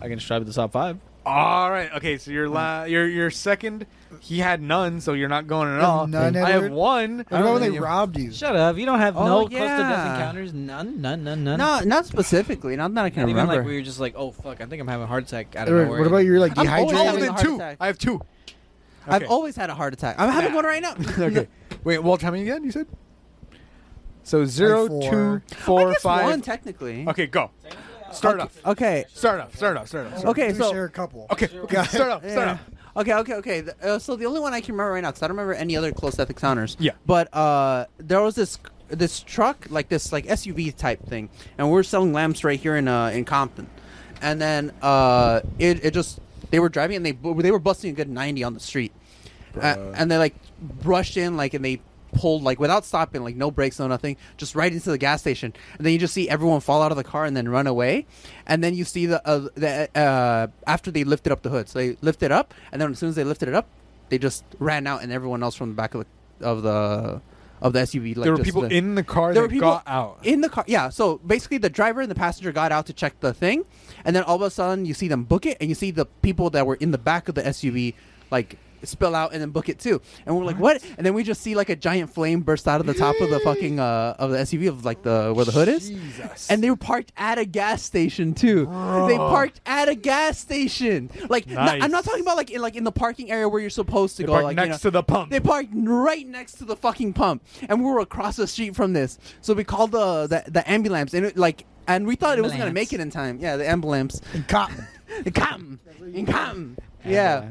D: I can describe the top five.
B: All right. Okay. So your la- your your second, he had none, so you're not going at all.
A: None,
B: I have
A: Edward?
B: one. Oh,
A: What about when they
B: Yeah.
A: robbed you?
C: Shut up! You don't have
F: Oh,
C: no close to death
F: yeah.
C: encounters. None, none, none, none.
F: no, not specifically. Not that I can
C: Not even
F: remember.
C: like we were just like, oh fuck, I think I'm having a heart attack out of
A: Edward,
C: nowhere.
A: what about you're like
F: I'm always
B: Oh,
A: dehydrated?
F: having a
B: then
F: heart
B: two.
F: attack.
B: I have two.
F: I've
B: Okay.
F: always had a heart attack. I'm having
B: Nah.
F: one right now.
B: okay. Wait. Well, how many again? You said. So zero,
A: four.
B: two,
F: I
B: four,
F: guess
B: five.
F: one technically.
B: Okay, go. Start off.
F: Okay.
B: Start off. Start off. Start off. start off.
F: Okay.
A: We
F: So
A: share a couple.
B: Okay. Okay. Start off. Start off.
F: Okay, okay, okay. The- uh, so the only one I can remember right now, because I don't remember any other close death encounters.
B: Yeah.
F: But uh, there was this this truck, like this like SUV type thing, and we were selling lamps right here in uh, in Compton, and then uh, it, it just they were driving and they bu- they were busting a good ninety on the street, uh, and they like brushed in like and they pulled like without stopping like no brakes no nothing just right into the gas station and then you just see everyone fall out of the car and then run away and then you see the uh, the uh, after they lifted up the hood so they lift it up and then as soon as they lifted it up they just ran out and everyone else from the back of the of the of the SUV. Like
B: There were
F: just
B: people
F: the-
B: in the car
F: There
B: that
F: were people
B: got out.
F: in the car. Yeah, so basically the driver and the passenger got out to check the thing, and then all of a sudden you see them book it, and you see the people that were in the back of the SUV like spill out and then book it too. And we're like, what? And then we just see like a giant flame burst out of the top of the fucking uh, of the SUV of like the where the hood is.
B: Jesus.
F: And they were parked at a gas station too. They parked at a gas station. Like n- I'm not
B: Nice.
F: talking about like in like in the parking area where you're supposed to
B: They
F: go.
B: parked
F: like, you
B: next to
F: know.
B: the pump.
F: They parked right next to the fucking pump, and we were across the street from this. So we called the the, the ambulance, and it, like, and we thought it wasn't gonna
K: Ambulance.
F: make it in time. Yeah, the ambulance.
J: Cotton.
F: It come, it come. Yeah,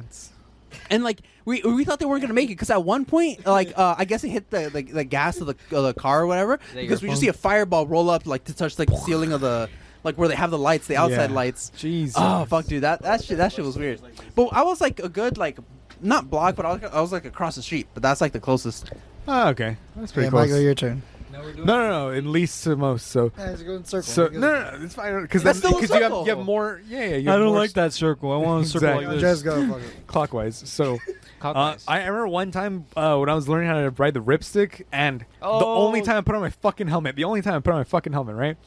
F: and like we we thought they weren't gonna make it because at one point, like uh, I guess it hit the the, the gas of the, of the car or whatever
K: that
F: because we
K: your
F: just
K: phone?
F: see a fireball roll up like to touch like the ceiling of the like where they have the lights, the outside
B: Yeah.
F: lights.
B: Jesus.
F: Oh fuck, dude, that that shit that shit was weird. But I was like a good like not block, but I was, I was like across the street. But that's like the closest.
B: Oh, okay. That's pretty
A: Yeah,
B: close.
A: Michael, your turn.
B: No, no, no. At least to most. So,
A: Yeah, just go in circles.
B: so
A: Go
B: no,
A: in
B: no, no, it's fine. Because
F: That's still
B: you
F: a
B: have,
F: circle.
B: you have more. Yeah, yeah. You
J: I
B: have
J: don't
B: more
J: like that circle. I want a circle
B: Exactly.
J: like this.
A: Just go. Fuck it.
B: clockwise. So uh,
K: Clockwise.
B: I remember one time uh, when I was learning how to ride the ripstick, and the
K: Oh.
B: only time I put on my fucking helmet, the only time I put on my fucking helmet, right?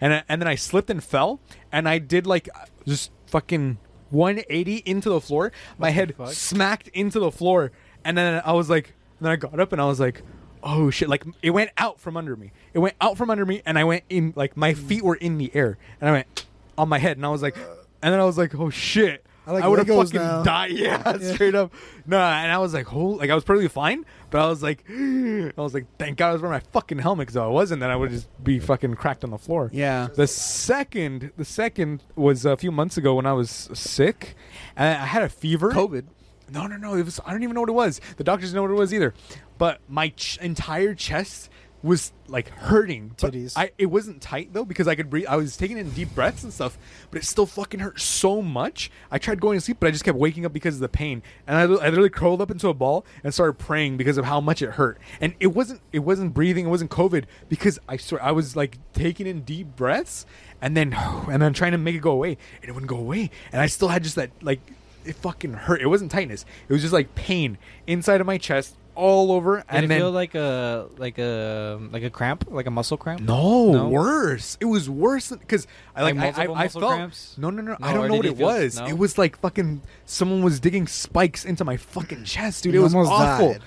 B: And I, and then I slipped and fell, and I did like just fucking 180 into the floor. my head smacked into the floor, and then I was like, and then I got up and I was like. Oh shit! Like it went out from under me. It went out from under me, and I went in. Like my feet were in the air, and I went on my head, and I was like, and then I was like, oh shit!
A: I like
B: I would have
A: Legos
B: fucking
A: now.
B: died. Yeah, straight up. No, and I was like, holy, like I was perfectly fine, but I was like, I was like, thank God I was wearing my fucking helmet because I wasn't, then I would just be fucking cracked on the floor.
F: Yeah.
B: The second, the second was a few months ago when I was sick, and I had a fever.
F: COVID.
B: No, no, no. It was. I don't even know what it was. The doctors didn't know what it was either. But my ch- entire chest was like hurting. But
A: Titties.
B: I it wasn't tight though because I could breathe. I was taking in deep breaths and stuff, but it still fucking hurt so much. I tried going to sleep, but I just kept waking up because of the pain. And I, I literally curled up into a ball and started praying because of how much it hurt. And it wasn't it wasn't breathing. It wasn't COVID because I swear I was like taking in deep breaths and then and then trying to make it go away and it wouldn't go away. And I still had just that like it fucking hurt. It wasn't tightness. It was just like pain inside of my chest all over.
K: Did
B: and
K: it
B: then
K: feel like a like a like a cramp, like a muscle cramp?
B: no,
K: No?
B: worse. It was worse because I like,
K: Like
B: I,
K: multiple
B: I, I
K: muscle
B: felt
K: cramps?
B: no no no.
K: No,
B: I
K: or
B: don't know
K: did
B: what
K: you
B: it
K: feel-
B: was.
K: no?
B: It was like fucking someone was digging spikes into my fucking chest, dude.
A: You
B: it was
A: almost
B: awful.
A: died.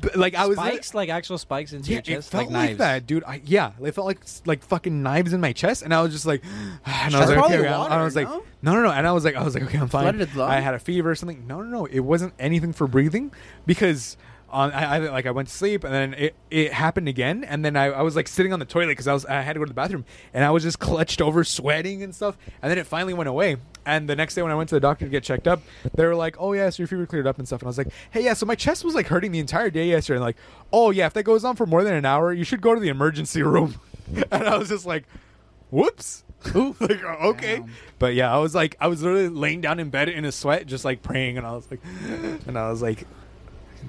B: B- Like I was
K: spikes, like actual spikes into
B: Yeah,
K: your chest,
B: it felt like,
K: knives.
B: that, dude. I, yeah, it felt like like fucking knives in my chest, and I was just like, and I
F: That's
B: was like,
F: probably
B: okay, I-
F: water,
B: I was like,
F: no?
B: no, no, no, and I was like, I was like, okay, I'm fine.
F: Flooded lung?
B: I had a fever or something. No, no, no, it wasn't anything for breathing because. Um, I, I like I went to sleep and then it, it happened again and then I, I was like sitting on the toilet because I was I had to go to the bathroom and I was just clutched over sweating and stuff and then it finally went away and the next day when I went to the doctor to get checked up they were like oh yeah so your fever cleared up and stuff and I was like hey yeah so my chest was like hurting the entire day yesterday and like oh yeah if that goes on for more than an hour you should go to the emergency room and I was just like whoops like oh, okay but yeah i was like i was literally laying down in bed in a sweat just like praying and i was like and i was like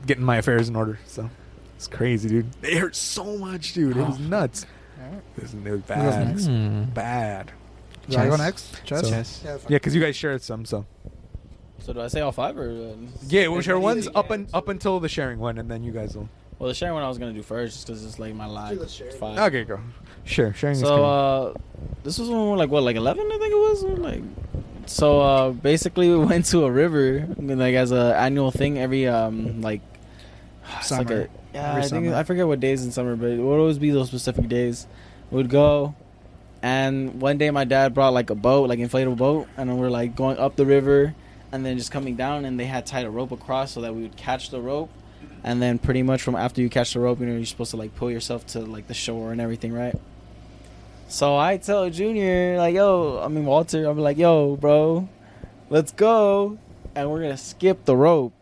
B: getting my affairs in order so it's crazy dude it hurt so much dude it was nuts it was, Oh. it was bad
A: next?
B: bad
A: Do I go next? Chess.
B: So-
A: Chess. Yeah, fuck
B: yeah because you guys shared some so
D: So do I say all five or? uh,
B: yeah whichever one's up and up until the sharing one and then you guys will
D: Well, the sharing one I was gonna do first, just because it's like my live five.
B: okay go sure sharing is
D: So
B: cool.
D: uh, this was when we were like what, like eleven, I think it was. Or, like, so uh, basically we went to a river, like as a annual thing every um like. Ah, it's like
A: Summer.
D: a- yeah,
A: Every
D: I think
A: summer.
D: I forget what days in summer, but it would always be those specific days. We'd go, and one day my dad brought like a boat, like inflatable boat, and then we're like going up the river, and then just coming down, and they had tied a rope across so that we would catch the rope, and then pretty much from after you catch the rope, you know, you're supposed to like pull yourself to like the shore and everything, right? So I tell Junior, like, yo, I mean Walter, I'm like, yo, bro, let's go, and we're gonna skip the rope.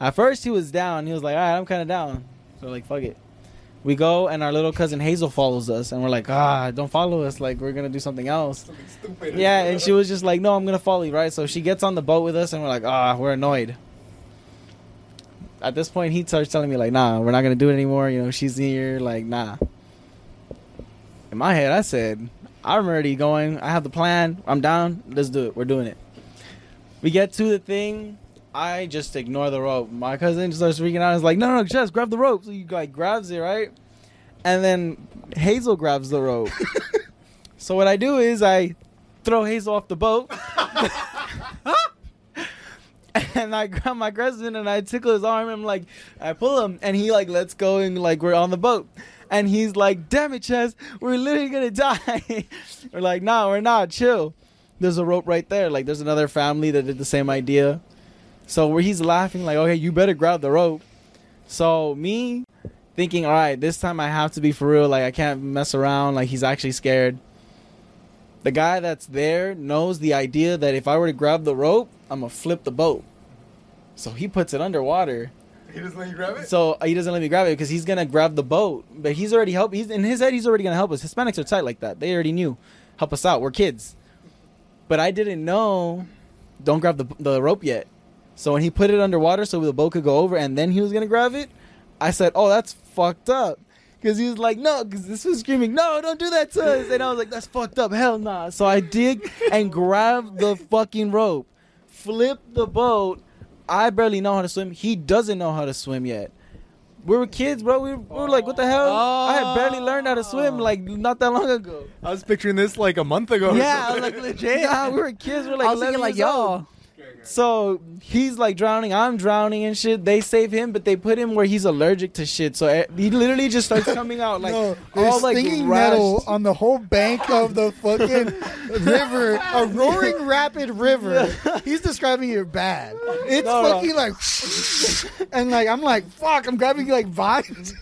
D: At first, he was down. He was like, all right, I'm kind of down. So like, fuck it. We go, and our little cousin Hazel follows us, and we're like, ah, don't follow us. Like, we're gonna do something else. Yeah, and she was just like, no, I'm gonna follow you, right? So she gets on the boat with us, and we're like, ah, we're annoyed. At this point, he starts telling me like, nah, we're not gonna do it anymore. You know, she's here, like, nah. In my head, I said, I'm already going. I have the plan. I'm down. Let's do it. We're doing it. We get to the thing. I just ignore the rope. My cousin starts freaking out. He's like, no, no, just grab the rope. So he like grabs it, right? and then Hazel grabs the rope. so what I do is I throw Hazel off the boat. and I grab my cousin and I tickle his arm and I'm like I pull him and he like lets go and like we're on the boat. And he's like, damn it, Chess, we're literally gonna die. we're like, nah, we're not, chill. There's a rope right there. Like there's another family that did the same idea. So where he's laughing, like, okay, you better grab the rope. So me thinking, all right, this time I have to be for real. Like I can't mess around. Like he's actually scared. The guy that's there knows the idea that if I were to grab the rope, I'm gonna flip the boat. So he puts it underwater.
B: He doesn't let you grab it.
D: So uh, he doesn't let me grab it because he's gonna grab the boat. But he's already help. He's in his head. He's already gonna help us. Hispanics are tight like that. They already knew, help us out. We're kids. But I didn't know. Don't grab the the rope yet. So when he put it underwater so the boat could go over, and then he was gonna grab it, I said, "Oh, that's fucked up," because he was like, "No," because this was screaming, "No, don't do that to us!" And I was like, "That's fucked up, hell nah." So I dig and grab the fucking rope, flip the boat. I barely know how to swim. He doesn't know how to swim yet. We were kids, bro. We were, we were like, "What the hell?" I had barely learned how to
F: Oh.
D: swim like not that long ago.
B: I was picturing this like a month ago. or
D: Yeah, I
B: something.
D: was like legit. Nah, we were kids. We were like,
F: I was thinking
D: 11
F: like,
D: years old.
F: y'all.
D: So he's like drowning. I'm drowning and shit. They save him, but they put him where he's allergic to shit. So eh, he literally just starts coming out like
A: no,
D: all
A: there's
D: like
A: stinging
D: rashed.
A: metal on the whole bank of the fucking river, a roaring rapid river. He's describing it bad. It's
D: No, no.
A: fucking like, and like I'm like, fuck, I'm grabbing like vines.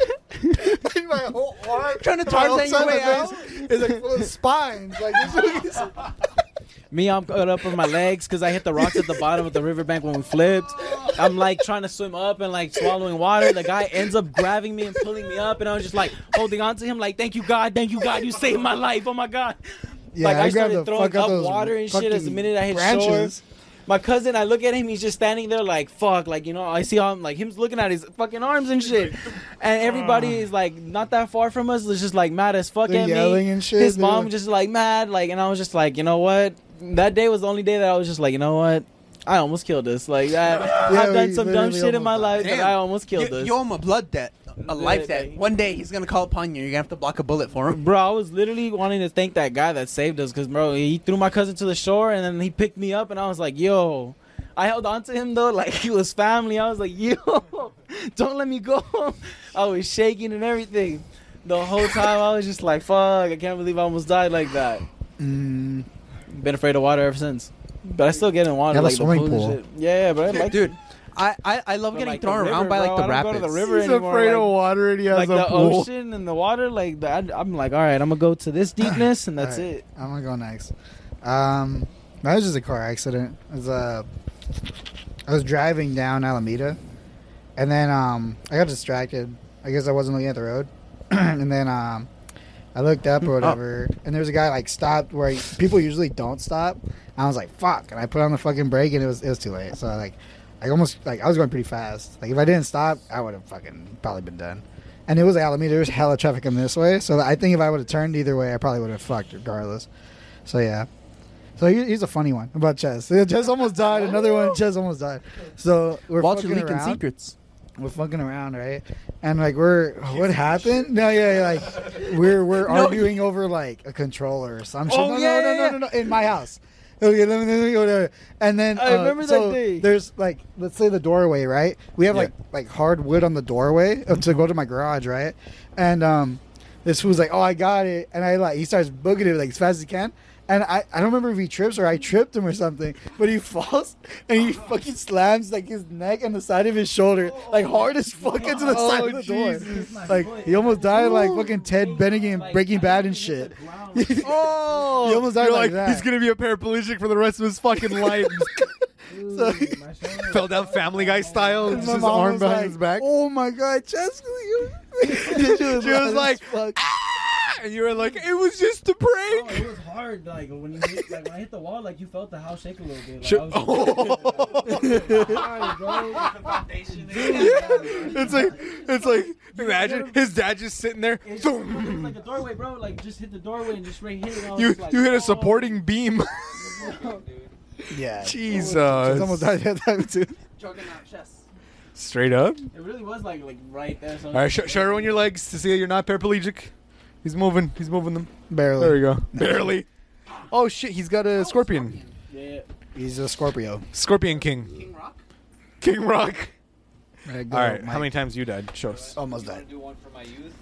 A: and my whole arm,
F: Trying to
A: my whole
F: Tarzan your
A: side of
F: way
A: my face is like full of spines. Like this is-
D: Me, I'm caught up on my legs because I hit the rocks at the bottom of the riverbank when we flipped. I'm like trying to swim up and like swallowing water. The guy ends up grabbing me and pulling me up, and I was just like holding on to him, like thank you God, thank you God, you saved my life. Oh my God.
A: yeah,
D: like I,
A: grabbed
D: started
A: the
D: throwing
A: fuck out
D: up
A: those
D: water and shit as the
A: fucking
D: minute I hit shore.
A: branches.
D: My cousin, I look at him, he's just standing there like fuck, like you know, I see him like him's looking at his fucking arms and shit. And everybody is like not that far from us, it's just like mad as fuck
A: Ah. They're
D: at
A: yelling
D: me.
A: and shit,
D: His
A: they're
D: mom
A: like-
D: just like mad, like and I was just like, you know what? That day was the only day that I was just like, you know what? I almost killed this. Like that,
A: Yeah,
D: I've done
A: we
D: some dumb
A: literally
D: shit in my life
A: almost
D: that
F: Damn.
D: I almost killed
F: You,
D: this.
F: you owe him a blood debt, a life debt.
D: like-
F: One day he's gonna call upon you. You're gonna have to block a bullet for him.
D: Bro, I was literally wanting to thank that guy that saved us because, bro, he threw my cousin to the shore and then he picked me up and I was like, yo. I held on to him though, like he was family. I was like, yo, don't let me go. I was shaking and everything. The whole time I was just like, fuck, I can't believe I almost died like that.
F: Mm.
D: Been afraid of water ever since. But I still get in water.
A: Have a
D: like, the
A: swimming
D: pool and
A: pool.
D: shit. Yeah, yeah, bro. I like,
F: Dude, I I, I love
D: But,
F: getting
D: like, the
F: thrown around
D: river,
F: by like
D: bro,
F: the
D: I don't go to
F: rapids.
D: the river
B: He's
D: anymore,
B: afraid
D: like-
B: of water and he has
D: like
B: a
D: the
B: pool.
D: ocean and the water. Like, the, I, I'm like, all right, I'm gonna go to this deepness and that's
A: All right,
D: it.
A: I'm gonna go next. Um, that was just a car accident. It was uh, I was driving down Alameda, and then um, I got distracted. I guess I wasn't looking at the road, and then um, I looked up or whatever, and there was a guy like stopped where he- people usually don't stop. I was like, "Fuck!" and I put on the fucking brake, and it was it was too late. So like, I almost like I was going pretty fast. Like if I didn't stop, I would have fucking probably been done. And it was Alameda. There was hella traffic coming this way, so I think if I would have turned either way, I probably would have fucked regardless. So yeah. So he- he's a funny one about Chess. Chess almost died. Another one. Chess almost died. So we're
F: Walter
A: fucking
F: leaking
A: around
F: secrets.
A: we're fucking around, right? And like we're what happened? No, yeah, yeah, like we're we're arguing over like a controller or some shit.
D: Oh,
A: no,
D: yeah,
A: no,
D: yeah,
A: no, no, no, no, in my house. Okay, let me, let me go there. And then
D: I
A: uh,
D: remember that
A: so
D: day.
A: There's like let's say the doorway, right? We have
B: Yeah.
A: like like hard wood on the doorway uh, to go to my garage, right? And um, this fool's like, oh, I got it, and I like he starts booging it like as fast as he can. And I, I don't remember if he trips or I tripped him or something, but he falls and he fucking slams like his neck and the side of his shoulder like hard as fuck into
B: Oh,
A: the side of the door. Like he almost died like fucking Ted Bennigan and Breaking Bad and shit.
B: Oh,
A: He almost died
B: you're
A: like that.
B: He's gonna be a paraplegic for the rest of his fucking life.
A: so
B: Fell down Family Guy style, and
A: and
B: just
A: my
B: his
A: mom
B: arm
A: was
B: behind
A: like,
B: his back.
A: Oh my god, Jessica, you. she was, "Ah."
B: She was
A: loud as
B: like,
A: fuck.
B: And you were like, it was just a prank.
J: it was hard. Like when you hit, like when I hit the wall, like you felt the house shake a little bit. Like,
B: Sure. Oh.
J: I was
A: Oh,
B: Oh. it's like, it's like, imagine his dad just sitting there.
J: It's
B: Thum.
J: like a doorway, bro. Like just hit the doorway and just straight hit it. I was
B: You
J: just like,
B: you hit
J: oh.
B: a supporting beam.
A: yeah.
B: Jesus.
A: She almost died that time too.
B: Straight up.
D: It really was like like right there.
B: All right, show, show everyone your legs to see that you're not paraplegic. He's moving. He's moving them.
A: Barely.
B: There you go. Barely. Oh shit! He's got a scorpion.
D: Yeah.
A: He's a Scorpio.
B: Scorpion King. King Rock. King Rock.
A: Right,
B: All right. How many times you died? Show us.
A: Almost died.
K: Do one for my youth.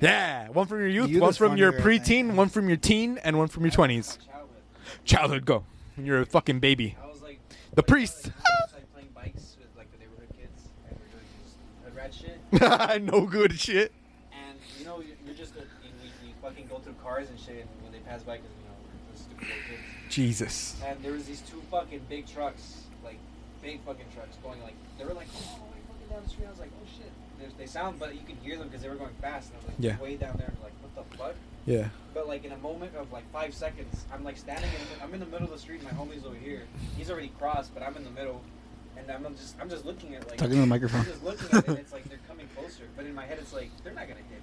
B: Yeah, one from your youth,
A: Youth
B: one
A: is
B: from your
A: funnier, I think.
B: preteen, one from your teen, and one from your twenties.
K: Childhood.
B: Childhood, go. You're a fucking baby.
K: I was like,
B: The priest.
K: I was like playing bikes with like the neighborhood kids, and we're doing just hood rat shit.
B: no good shit.
K: And you know, you're, you're just a, you, you, you fucking go through cars and shit, and when they pass by, because you know, those stupid little kids.
B: Jesus.
K: and there was these two fucking big trucks, like big fucking trucks, going like they were like oh, way fucking down the street. I was like, oh shit, they, they sound, but you can hear them because they were going fast, and I was like
B: Yeah.
K: way down there, and I'm like what the fuck?
B: Yeah.
K: But like in a moment of like five seconds, I'm like standing, in, I'm in the middle of the street, and my homie's over here. He's already crossed, but I'm in the middle, and I'm just I'm just looking at like
A: Talking to the microphone.
K: I'm just looking at it. and It's like they're coming closer, but in my head, it's like they're not gonna hit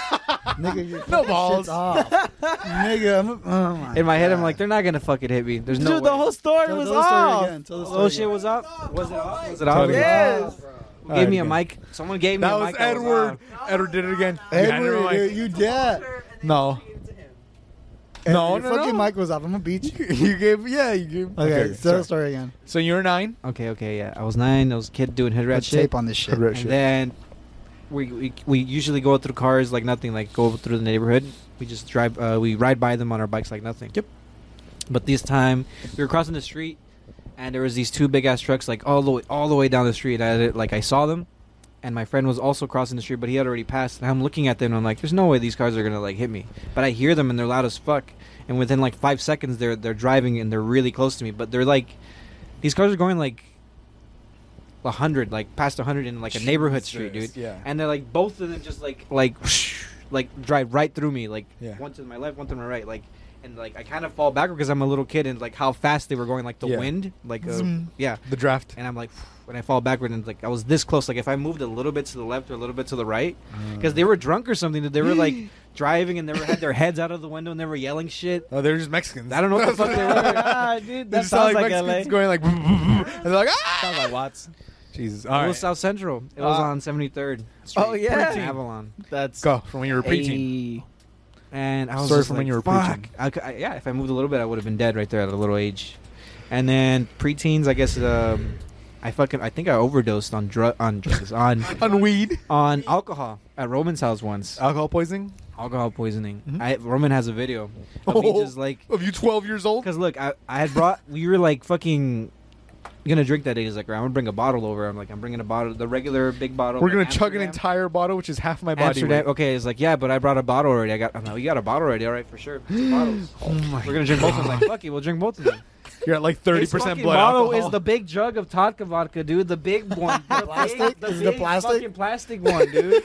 K: me.
A: Nigga, you-
B: No
A: that
B: balls.
A: shit's off. Nigga, I'm, oh my
C: In my head, I'm like, they're not gonna fucking hit me. There's
D: Dude,
C: no.
D: the
C: way.
D: whole story
A: Tell-
D: was
A: tell the story
D: off.
A: again,
B: Oh,
A: tell the
D: The
A: story
D: whole shit
A: again.
D: was off.
C: Was it off? Was it
B: Tell
C: off?
B: it
D: Yes.
C: Who Gave me a
B: Again.
C: mic. Someone gave me
B: That
C: a
B: was
C: mic. that was
B: Edward.
C: off.
B: Edward did it again. Yeah, never
A: Edward,
B: mind.
A: dude, you dead.
B: No. No,
A: Your
B: no,
A: fucking
B: no.
A: mic was off. I'm gonna beat you.
B: You gave. Yeah, you gave.
A: Okay, tell
B: sorry.
A: the story again.
B: So you're nine.
C: Okay, okay, yeah. I was nine. I was a kid doing hood
A: Put
C: rat shit.
A: tape on this shit.
C: And then we, we we usually go through cars like nothing, like go through the neighborhood. We just drive, uh, we ride by them on our bikes like nothing. Yep. But this time we were crossing the street, and there was these two big ass trucks like oh, all the way, all the way down the street. And I did- like I saw them, and my friend was also crossing the street, but he had already passed. And I'm looking at them, and I'm like, "There's no way these cars are gonna like hit me." But I hear them, and they're loud as fuck. And within like five seconds, they're they're driving, and they're really close to me. But they're like, these cars are going like a hundred, like past a hundred in like a neighborhood street, dude
B: Yeah.
C: and they're like both of them just like like like drive right through me like
B: Yeah.
C: one to my left one to my right like and like i kind of fall backward because i'm a little kid and like how fast they were going like the
B: Yeah.
C: wind like uh,
B: Zoom.
C: yeah
B: The draft.
C: and i'm like when i fall backward and like i was this close like if i moved a little bit to the left or a little bit to the right because they were drunk or something they were like driving and they were had their heads out of the window and they were yelling shit
B: Oh, they're just Mexicans.
C: i don't know what the fuck they were
D: ah, dude,
B: They
D: that
B: just sound
D: sounds
B: like
D: like,
B: Mexicans
D: LA.
B: going like, and they're like, ah!
D: Sounds like Watts.
B: Jesus.
C: it
B: All right,
C: was south central it was
D: Ah.
C: on 73rd
D: Oh,
C: Street,
D: yeah.
C: in avalon
D: That's
B: go from when you were preteen.
D: Hey.
C: And I was
B: Sorry
C: just
B: for when
C: like,
B: you were
C: fuck.
B: preteen.
C: I cou- I- yeah, if I moved a little bit, I would have been dead right there at a little age. And then preteens, I guess, um, I fucking, I think I overdosed on drug, on drugs, on
B: On weed,
C: on alcohol at Roman's house once.
B: alcohol poisoning.
C: Alcohol poisoning.
B: Mhm.
C: I, Roman has a video of me just like,
B: Of you, twelve years old.
C: cause look, I, I had brought, we were like fucking gonna drink that day. He's like, I'm gonna bring a bottle over. I'm like, I'm bringing a bottle, the regular big bottle.
B: We're
C: like
B: gonna chug an
C: Amsterdam.
B: entire bottle, which is half my body.
C: Amsterdam.
B: weight.
C: Okay, it's like, yeah, but I brought a bottle already. I got. I'm like, you got a bottle already. All right, for sure. Two bottles. We're gonna drink both of them. Like, fuck it, we'll drink both of them.
B: You're at like thirty percent blood
C: bottle
B: alcohol.
C: is the big jug of vodka vodka, dude. The big one. The
A: Plastic?
C: Big, the
A: Is it
C: big
A: the plastic?
C: fucking plastic one, dude.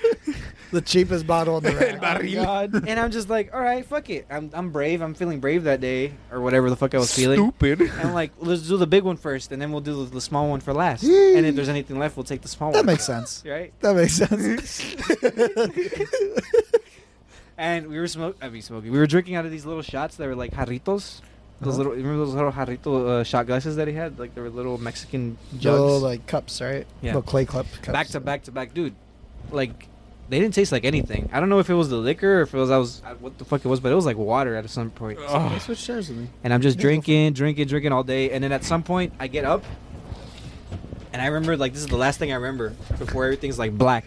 A: The cheapest bottle on the rack.
B: Barril.
C: and I'm just like, all right, fuck it. I'm I'm brave. I'm feeling brave that day, or whatever the fuck I was feeling.
B: Stupid.
C: And I'm like, let's do the big one first, and then we'll do the, the small one for last. and if there's anything left, we'll take the small
A: That
C: one.
A: makes sense.
C: right.
A: That makes sense.
C: And we were smoking. I mean, smoking. We were drinking out of these little shots that were like jarritos. Those little, remember those little jarrito uh, shot glasses that he had? Like they were little Mexican jugs.
A: Little like cups, right?
C: Yeah.
A: Little clay cup. Cups.
C: back to back to back, dude. Like they didn't taste like anything. I don't know if it was the liquor or if it was I was I, what the fuck it was, but it was like water at some point.
B: Ugh.
D: Switch chairs with me.
C: And I'm just drinking, drinking, drinking all day. And then at some point, I get up. And I remember, like, this is the last thing I remember before everything's like black.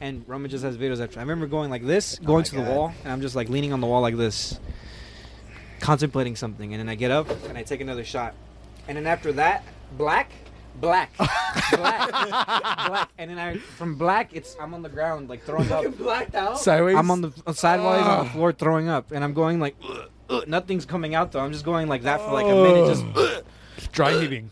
C: and Roman just has videos after. I remember going like this,
B: Oh
C: going to the wall, and I'm just like leaning on the wall like this, contemplating something. And then I get up and I take another shot. And then after that, black, black, black, black. And then I, from black, it's I'm on the ground like throwing up.
B: Sideways.
C: I'm on the uh, sideways on the
B: Ah.
C: floor throwing up, and I'm going like, "Ugh, ugh." nothing's coming out though. I'm just going like that for like a minute, just
B: Oh.
C: uh, "Ugh,
B: dry heaving.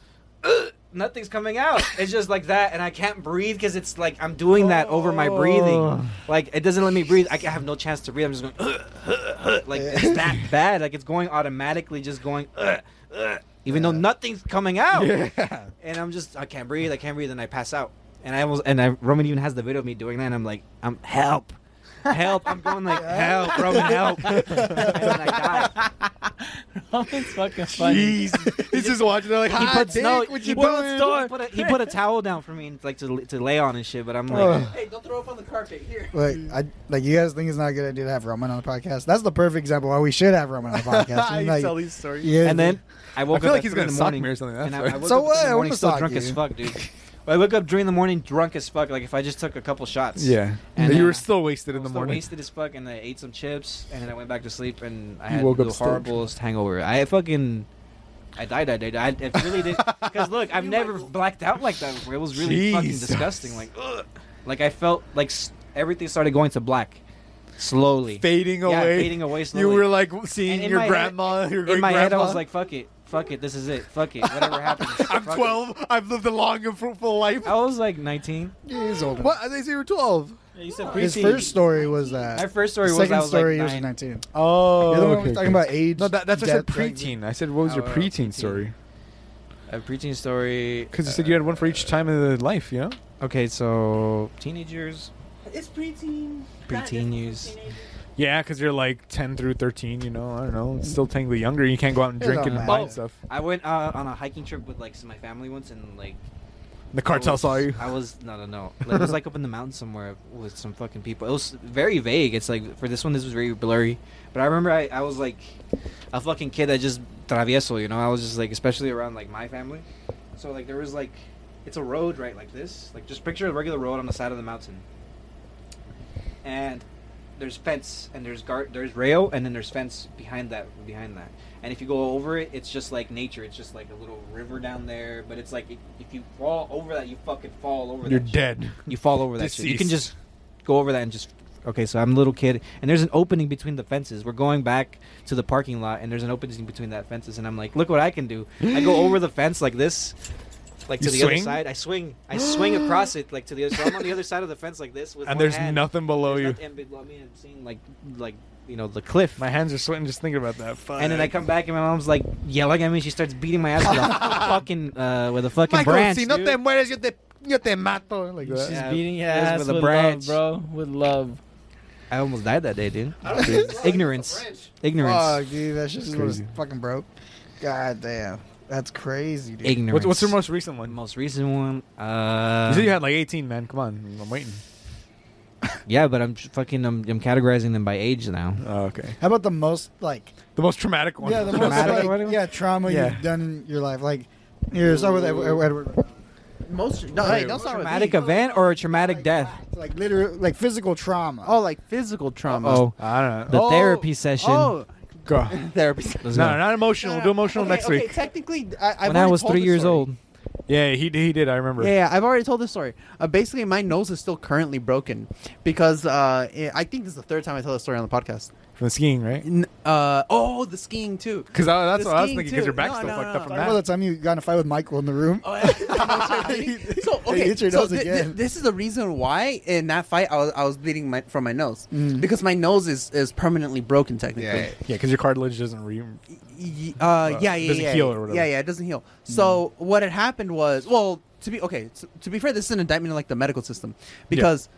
C: nothing's coming out. It's just like that, and I can't breathe because it's like I'm doing that over my
B: Oh.
C: breathing. Like it doesn't let me breathe. I ca- I have no chance to breathe. I'm just going "Ugh, ugh, ugh." like it's that bad. Like it's going automatically, just going. "Ugh, ugh," Even though nothing's coming out,
B: Yeah.
C: and I'm just I can't breathe, I can't breathe, and I pass out. And I almost and I Roman even has the video of me doing that, and I'm like, I'm help, help. I'm going like, help, Roman, help. and then I die.
D: Roman's fucking funny.
B: He's just watching. They're like,
C: he
B: "Hi,
C: puts
B: Dick,
C: no,
B: what
C: he
B: you
C: puts-
B: doing?"
C: no, he put a, he put a towel down for me and like to to lay on and shit. But I'm like,
A: Ugh.
K: Hey, don't throw up on the carpet here.
A: Like, I like you guys think it's not a good idea to have Roman on the podcast. That's the perfect example why we should have Roman on the podcast.
B: You
A: like,
B: tell these stories.
A: yeah,
C: and then I woke
B: I feel
C: up
B: like
C: at
B: he's
C: three in
B: gonna
C: the
B: sock
C: morning,
B: me or something, that's
C: and I,
B: right.
C: I woke
A: So
C: up
A: what?
C: in
A: I
C: the morning
A: wanna
C: still
A: sock
C: drunk
A: you.
C: as fuck, dude. I woke up during the morning drunk as fuck. Like if I just took a couple shots,
B: Yeah,
C: And uh,
B: you
C: then
B: were still wasted in the
C: Still
B: morning.
C: wasted as fuck, and I ate some chips, and then I went back to sleep, and I
B: You
C: had
B: woke
C: the
B: up still
C: horriblest hangover. I fucking, I died. I did. I it really did. Because look, I've never blacked out like that before. It was really fucking
B: Jesus.
C: disgusting. Like, ugh. like I felt like s- everything started going to black, slowly
B: Fading
C: Yeah,
B: away.
C: fading away slowly.
B: You were like seeing
C: And in
B: your
C: my head-
B: grandma, your great
C: in my
B: grandma.
C: head, I was like, "Fuck it, fuck it, this is it, fuck it, whatever happens."
B: I'm
C: fuck it."
B: 12. I've lived a long and fruitful life.
C: I was like 19.
A: he's older.
B: What? They say you were 12.
D: You said
A: His
D: pre-teen.
A: first story was that.
C: My first story was
A: Second
C: I was
A: story,
C: like
A: he was
C: nine.
A: 19.
B: Oh,
A: The other one we're talking about age.
B: No, that, that's what I said
A: depth, like-
B: preteen. I said, what was your
C: Oh,
B: preteen
C: preteen.
B: story?
C: A preteen story. uh,
B: Because you said you had one for each time in the life, you know?
C: Okay, so teenagers,
K: It's preteen.
C: preteen years.
B: Yeah, because you're like 10 through 13, you know? I don't know. It's still technically younger. You can't go out and
A: It
B: drink
A: don't
B: and
A: matter.
B: buy
C: Oh.
B: stuff.
C: I went uh, on a hiking trip with like my family once, and like
B: The
C: I
B: cartel
C: was-
B: saw you.
C: I was no, no, no. Like, it was like up in the mountains somewhere with some fucking people. It was very vague. It's like for this one, this was very blurry. But I remember I, I was like a fucking kid that just travieso, you know. I was just like, especially around like my family. So like there was like, it's a road right like this. Like just picture a regular road on the side of the mountain. And there's fence and there's guard there's rail and then there's fence behind that behind that and if you go over it it's just like nature it's just like a little river down there but it's like if if you fall over that you fucking fall over
B: You're
C: that shit.
B: dead.
C: you fall over that shit. you can
B: Deceased.
C: just go over that and just okay so i'm a little kid and there's an opening between the fences we're going back to the parking lot and there's an opening between that fences and i'm like look what i can do i go over the fence like this like
B: You
C: to the
B: swing?
C: other side i swing i swing across it like to the other so i'm on the other side of the fence like this with
B: And
C: one
B: there's
C: hand.
B: nothing below
C: There's
B: you.
C: nothing below me and seeing like like you know the cliff
B: My hands are sweating just thinking about that. Fuck.
C: and then I come back and my mom's like yelling at me. She starts beating my ass with a fucking uh, with a fucking
B: Michael,
C: branch.
B: si no
C: dude.
B: te mueres, yo te, yo te mato. Like
D: She's
B: that.
C: Yeah,
D: beating your
C: it was
D: ass
C: with
D: with,
C: a branch.
D: love, bro. With love.
C: I almost died that day, dude.
K: I don't think it's
C: Ignorance.
K: a branch.
C: Ignorance.
A: Fuck, dude, that shit's was
B: crazy.
A: fucking broke. God damn, that's crazy, dude.
C: Ignorance.
B: What's, what's your most recent one?
C: most recent one? Uh,
B: you said you had like 18, man. Come on. I'm waiting.
C: yeah, but I'm j- fucking I'm, I'm categorizing them by age now.
B: Oh, okay.
A: How about the most like?
B: The most traumatic one.
A: Yeah, the most
C: Traumatic
A: like,
C: one?
A: yeah trauma
B: Yeah.
A: you've done in your life. Like, here, start with Edward. Edward.
F: Most no,
A: Wait,
F: hey,
A: what's
F: don't start with
C: Traumatic
F: me.
C: event or a traumatic
A: Like,
C: death?
A: fact, Like literal, like physical trauma.
F: Oh, like physical trauma.
C: Oh,
B: I don't
C: the
B: know.
F: Oh,
C: therapy session.
F: Oh,
B: Go.
F: therapy.
C: Let's
B: No,
C: go.
B: not emotional.
F: No, no,
B: Do emotional
F: okay,
B: next
F: okay,
B: week.
F: Technically, I, I've
C: when I
F: already
C: was
F: told
C: three
F: this
C: years
F: story.
C: old.
B: Yeah, he he did. I remember.
F: Yeah, yeah, I've already told this story. Uh, basically, my nose is still currently broken because uh, I- I think this is the third time I tell this story on the podcast.
B: from the skiing, right?
F: N- uh, oh, the skiing too.
B: Because that's
F: The
B: what I was
F: skiing
B: thinking. Because your
F: too.
B: back's
F: No,
B: still
F: no,
B: fucked
F: no,
B: up from
F: no.
A: Talk
B: that.
A: about the time you got in a fight with Michael in the room.
F: Oh, yeah. so
A: Hey,
F: okay,
A: hit your
F: so
A: nose
F: thi- thi-
A: again.
F: this is the reason why in that fight I was, I was bleeding my, from my nose
A: Mm.
F: because my nose is, is permanently broken technically.
B: Yeah, because your cartilage doesn't re.
F: Y- Uh, yeah, yeah,
B: it doesn't
F: yeah,
B: heal
F: yeah.
B: or whatever.
F: Yeah, yeah, it doesn't heal.
A: Mm.
F: So what had happened was, well, to be okay, to, to be fair, this is an indictment of like the medical system because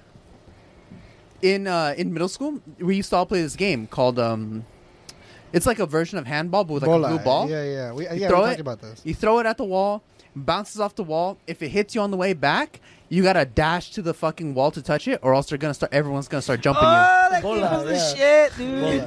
F: in uh, in middle school we used to all play this game called um, it's like a version of handball but with like a
A: Bola.
F: blue ball.
A: Yeah, yeah. We, Uh, yeah, we
F: throw
A: talked
F: it,
A: about this.
F: You throw it at the wall, bounces off the wall. If it hits you on the way back, you gotta dash to the fucking wall to touch it, or else they're gonna start. Everyone's gonna start jumping
C: Oh, that
A: Bola,
C: game was the
A: yeah.
C: shit, dude.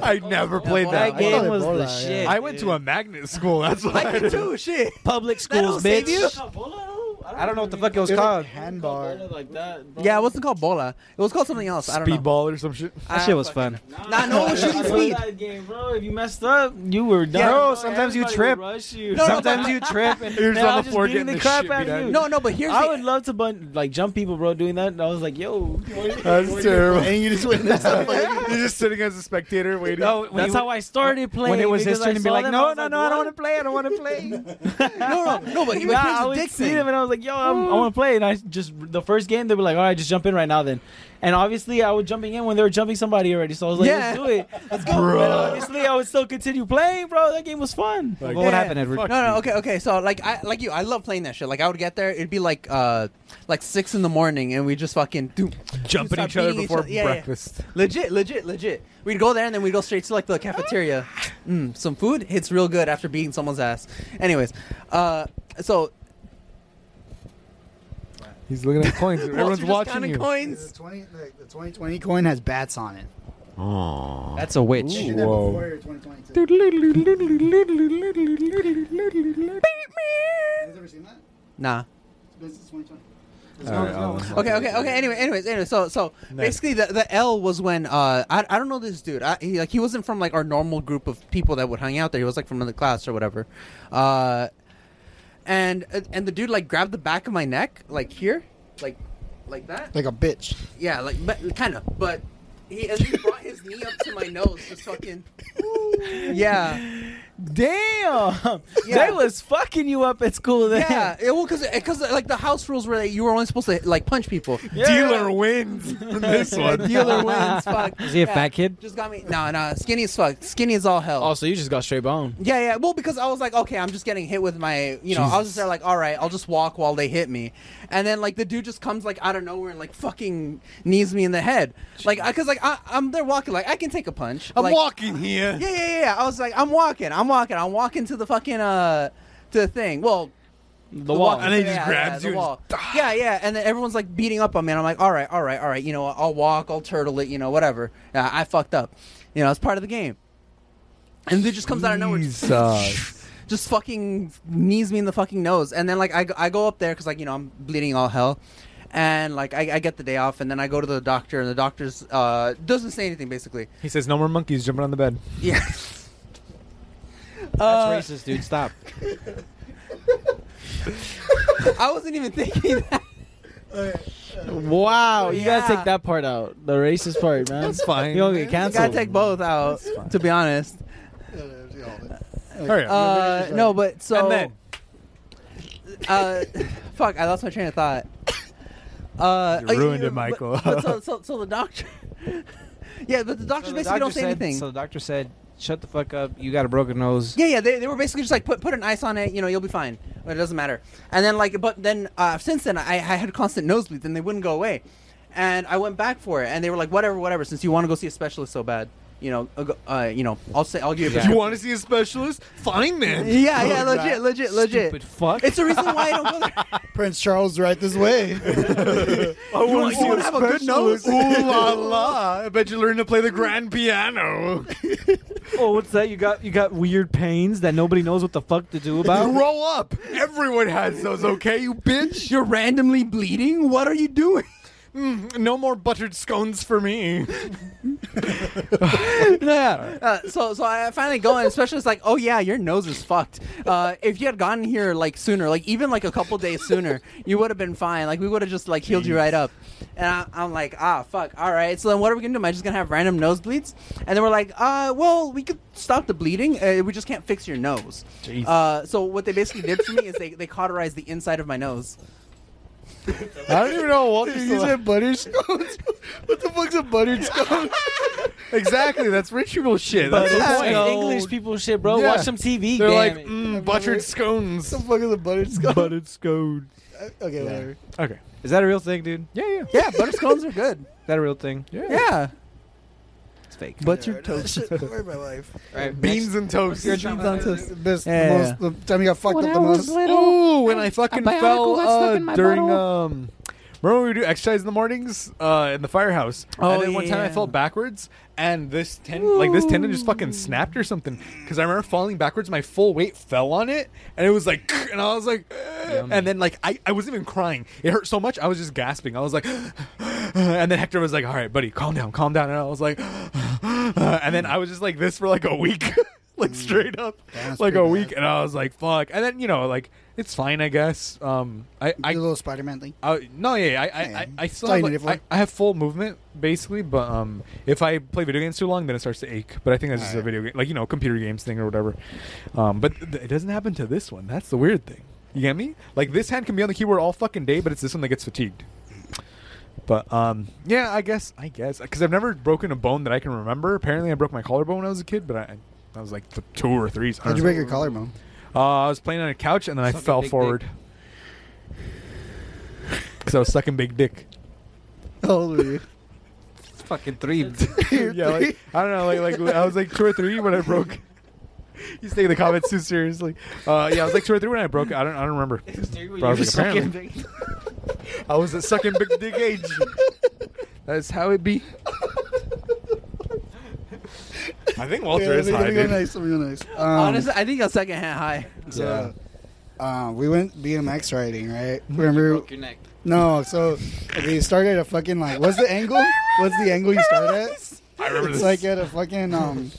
A: Bola.
B: I never played
A: Bola.
C: That
A: I
B: that.
A: call
C: game
A: it
C: was
A: Bola,
C: the
A: yeah.
C: shit.
B: I went to a magnet school. That's
F: you.
B: what
F: I
B: I
F: did
B: did.
F: too. Shit.
C: public
F: That'll
C: schools,
F: save
C: bitch.
F: you.
C: I don't know what the fuck it was
A: It was like
C: called.
A: handbar.
D: Like that, bro.
F: Yeah, it wasn't called bola. It was called something else. I don't know.
B: Speedball or some shit.
C: That shit was fun.
F: Nah, no, it was shooting
D: I
F: speed.
D: played that game, bro. If you messed up, you were done.
C: Yeah, bro,
D: bro.
C: sometimes you
D: Everybody
C: trip.
D: would Rush you.
F: No, no, but-
C: Sometimes you trip and
B: Here's
D: Man, I
B: on the
D: was just
B: floor
D: beating
B: getting
D: the
B: the
D: crap
B: shit
D: out
B: beat
D: of
B: out of
D: you.
B: you.
F: No, no, but here's
D: I
F: the-
D: would love to bun- like jump people, bro, doing that. And I was like, yo,
B: That's terrible. And you just went.
F: funny.
B: You're just sitting as a spectator waiting.
D: that's how I started playing.
C: when it was
D: because
C: his turn
D: I
C: to be
D: saw
C: like,
D: them,
C: no,
D: was
C: no,
D: like,
C: no, I don't
D: what?"
C: want to play. I don't want to play.
F: no, no, no, but he
D: Nah,
F: was
D: I
F: the
D: would
F: dick
D: see
F: thing.
D: them and I was like, yo, I'm, I want to play. And I just the first game they were like, all right, just jump in right now then. And obviously I was jumping in when they were jumping somebody already, so I was like, let's do it. Let's go. But obviously I would still continue playing, bro. That game was fun.
F: Yeah. No, no, okay, okay. So like, I like you. I love playing that shit. Like, I would get there. It'd be like, uh, like six in the morning, and we just fucking do
B: Jump at
F: start
B: each other
F: beating
B: before
F: oth- yeah, yeah.
B: breakfast.
F: Legit, legit, legit. We'd go there and then we'd go straight to like the cafeteria. Mm, some food hits real good after beating someone's ass. Anyways, uh, so
B: He's looking at coins. Everyone's
F: Walter just
B: watching
F: counted
B: you.
F: coins.
A: The 20, the, the 2020 coin has bats on it.
B: Oh.
C: That's a witch.
A: They did that before 2022. You guys ever seen that?
F: nah.
A: This is 2020.
F: Okay, okay, okay. Anyway, anyways, anyway. So, so
A: Nice.
F: basically, the, the L was when uh, I, I don't know this dude. I, he, like he wasn't from like our normal group of people that would hang out there. He was like from another class or whatever. Uh, and and the dude like grabbed the back of my neck, like here, like like that.
A: Like a bitch.
F: Yeah, like but kind of, but he as he brought his knee up to my nose, just fucking. Yeah,
D: Damn,
F: Yeah.
D: they was fucking you up at school then.
F: yeah. It, well, because because like the house rules were that you were only supposed to like punch people.
B: Dealer wins. this
F: Yeah,
B: one.
F: dealer wins. Fuck.
D: Is he a
F: Yeah.
D: fat kid?
F: Just got me. No, no. Skinny as fuck. Skinny as all hell.
D: Oh, so you just got straight bone.
F: Yeah, yeah. Well, because I was like, okay, I'm just getting hit with my, you know, I was just there like, all right, I'll just walk while they hit me, and then like the dude just comes like out of nowhere and like fucking knees me in the head, like because like I, I'm there walking like I can take a punch.
B: I'm
F: Like,
B: walking here.
F: Yeah, yeah, yeah. I was like, I'm walking, I'm walking, I'm walking to the fucking uh, to the thing. Well,
D: The, wall.
F: walking-
B: And he just
F: yeah,
B: grabs
F: yeah,
B: you
F: the
B: and
F: wall. yeah, yeah. And then everyone's like beating up on me, and I'm like, all right, all right, all right. You know, I'll walk, I'll turtle it, you know, whatever. Uh, I fucked up. You know, it's part of the game. And dude just comes out of nowhere. just-
B: Jesus.
F: just fucking knees me in the fucking nose. And then like I, go- I go up there because like you know I'm bleeding all hell, and like I, I get the day off, and then I go to the doctor, and the doctor's uh doesn't say anything basically.
B: He says, "No more monkeys jumping on the bed."
F: Yeah. Uh,
C: That's racist, dude. Stop.
F: I wasn't even thinking that.
D: Wow, you gotta
F: Yeah.
D: take that part out. The racist part, man.
B: That's fine.
D: You don't get
F: You
D: canceled.
F: gotta take both out, to be honest.
B: Hurry up.
F: Uh, no, but
B: and
F: so
B: then
F: uh, fuck, I lost my train of thought. Uh,
B: You
F: oh, yeah,
B: ruined
F: yeah,
B: it, Michael.
F: But, but so, so, so the doctor. yeah, but the doctors
C: So the
F: basically don't
C: doctor
F: say
C: said-
F: anything.
C: So the doctor said, "Shut the fuck up. You got a broken nose."
F: Yeah, yeah. They, they were basically just like put put an ice on it. You know, you'll be fine. But it doesn't matter. And then like, but then uh, since then, I, I had constant nosebleeds, and they wouldn't go away. And I went back for it, and they were like, whatever, whatever. Since you want to go see a specialist so bad, you know, uh, go- uh, you know, I'll say I'll give you. A
B: you
F: prescription."
B: want to see a specialist? Fine then.
F: Yeah, yeah, legit, legit, legit.
C: Stupid fuck.
F: It's the reason why I don't go there.
A: Prince Charles, right this way.
B: I
F: wanna
B: want
F: see a
B: have a good
F: specialist.
B: nose. Ooh la la! I bet you learn to play the grand piano.
C: Oh, what's that? You got you got weird pains that nobody knows what the fuck to do
F: Uh,
C: about.
B: Grow up. Everyone has those, okay, you bitch.
F: You're randomly bleeding. What are you doing?
B: Mm, no more buttered scones for me.
C: yeah.
F: Uh, so so I finally go and the specialist's like, oh yeah, your nose is fucked. Uh, if you had gotten here like sooner, like even like a couple days sooner, you would have been fine. Like we would have just like healed you right up. And I, I'm like, ah, fuck. All right. So then what are we gonna do? Am I just gonna have random nosebleeds? And they were like, uh, well, we could stop the bleeding. Uh, we just can't fix your nose.
C: Jeez.
F: Uh, so what they basically did for me is they they cauterized the inside of my nose.
B: I don't even know what
A: you said buttered scones? what the fuck's a buttered scone?
B: exactly. That's rich people shit.
D: But
B: That's the
D: it's
B: point.
D: like English people shit, bro.
B: Yeah.
D: Watch some TV.
B: They're
D: damn
B: like
D: it.
B: mm, buttered scones.
A: what the fuck is a buttered scone?
B: Buttered scones.
A: okay, whatever.
B: Okay.
C: Is that a real thing, dude?
B: Yeah, yeah,
F: Yeah, butter scones are good.
C: Is that a real thing?
F: Yeah,
C: It's fake.
F: buttered toast.
A: Shit, where's my life?
B: Beans and toast.
A: This,
D: Yeah.
A: the, most, the time you got fucked
H: When
A: up
H: I
A: the
H: was
A: most.
H: little,
B: Ooh, when I fucking
H: Bionicle
B: fell
H: got stuck
B: uh,
H: in my
B: during
H: bottle.
B: um. Remember when we do exercise in the mornings uh, in the firehouse?
F: Oh,
B: and then one time I
F: yeah.
B: fell backwards, and this tendon, like this tendon, just fucking snapped or something. Because I remember falling backwards, my full weight fell on it, and it was like, and I was like, and then like I, I wasn't even crying. It hurt so much, I was just gasping. I was like, and then Hector was like, "All right, buddy, calm down, calm down," and I was like, and then I was just like this for like a week, like straight up,
A: that's
B: like a
A: pretty
B: week,
A: bad.
B: and I was like, "Fuck," and then you know, like it's fine, I guess. Um, I,
A: Do a
B: I
A: little Spider-Man thing.
B: I, no, yeah, yeah, I, I, I,
A: Yeah.
B: I still
A: That's all you
B: have, like,
A: need it for.
B: I, I have full movement basically, but um, if I play video games too long, then it starts to ache. But I think that's just a
A: Alright.
B: video game, like you know, computer games thing or whatever. Um, but th- it doesn't happen to this one. That's the weird thing. You get me? Like this hand can be on the keyboard all fucking day, but it's this one that gets fatigued. But um, yeah, I guess I guess because I've never broken a bone that I can remember. Apparently, I broke my collarbone when I was a kid, but I, I was like th- two or three.
A: How'd you break your collarbone?
B: Uh, I was playing on a couch and then I
A: Suck a
B: fell
A: big dick.
B: forward because I was sucking big dick.
A: How old were you?
C: Fucking three.
B: yeah, like I don't know, like like I was like two or three when I broke. He's taking the comments too seriously. Uh, yeah, I was like two or three when I broke. it. I don't I don't remember. But I was like, apparently, I was a sucking big dick age. That's how it be. I think Walter
A: Yeah,
B: is
A: let me-
B: high,
A: Let me
B: dude.
A: go nice. Let me go nice. Um,
F: Honestly, I think I'll second hand high.
A: So, uh, we went BMX riding, right?
F: Mm-hmm.
A: Remember?
F: broke your neck.
A: No, so we started a fucking like. What's the angle? What's the angle you start at?
B: I remember
A: It's
B: this.
A: like at a fucking um.
B: you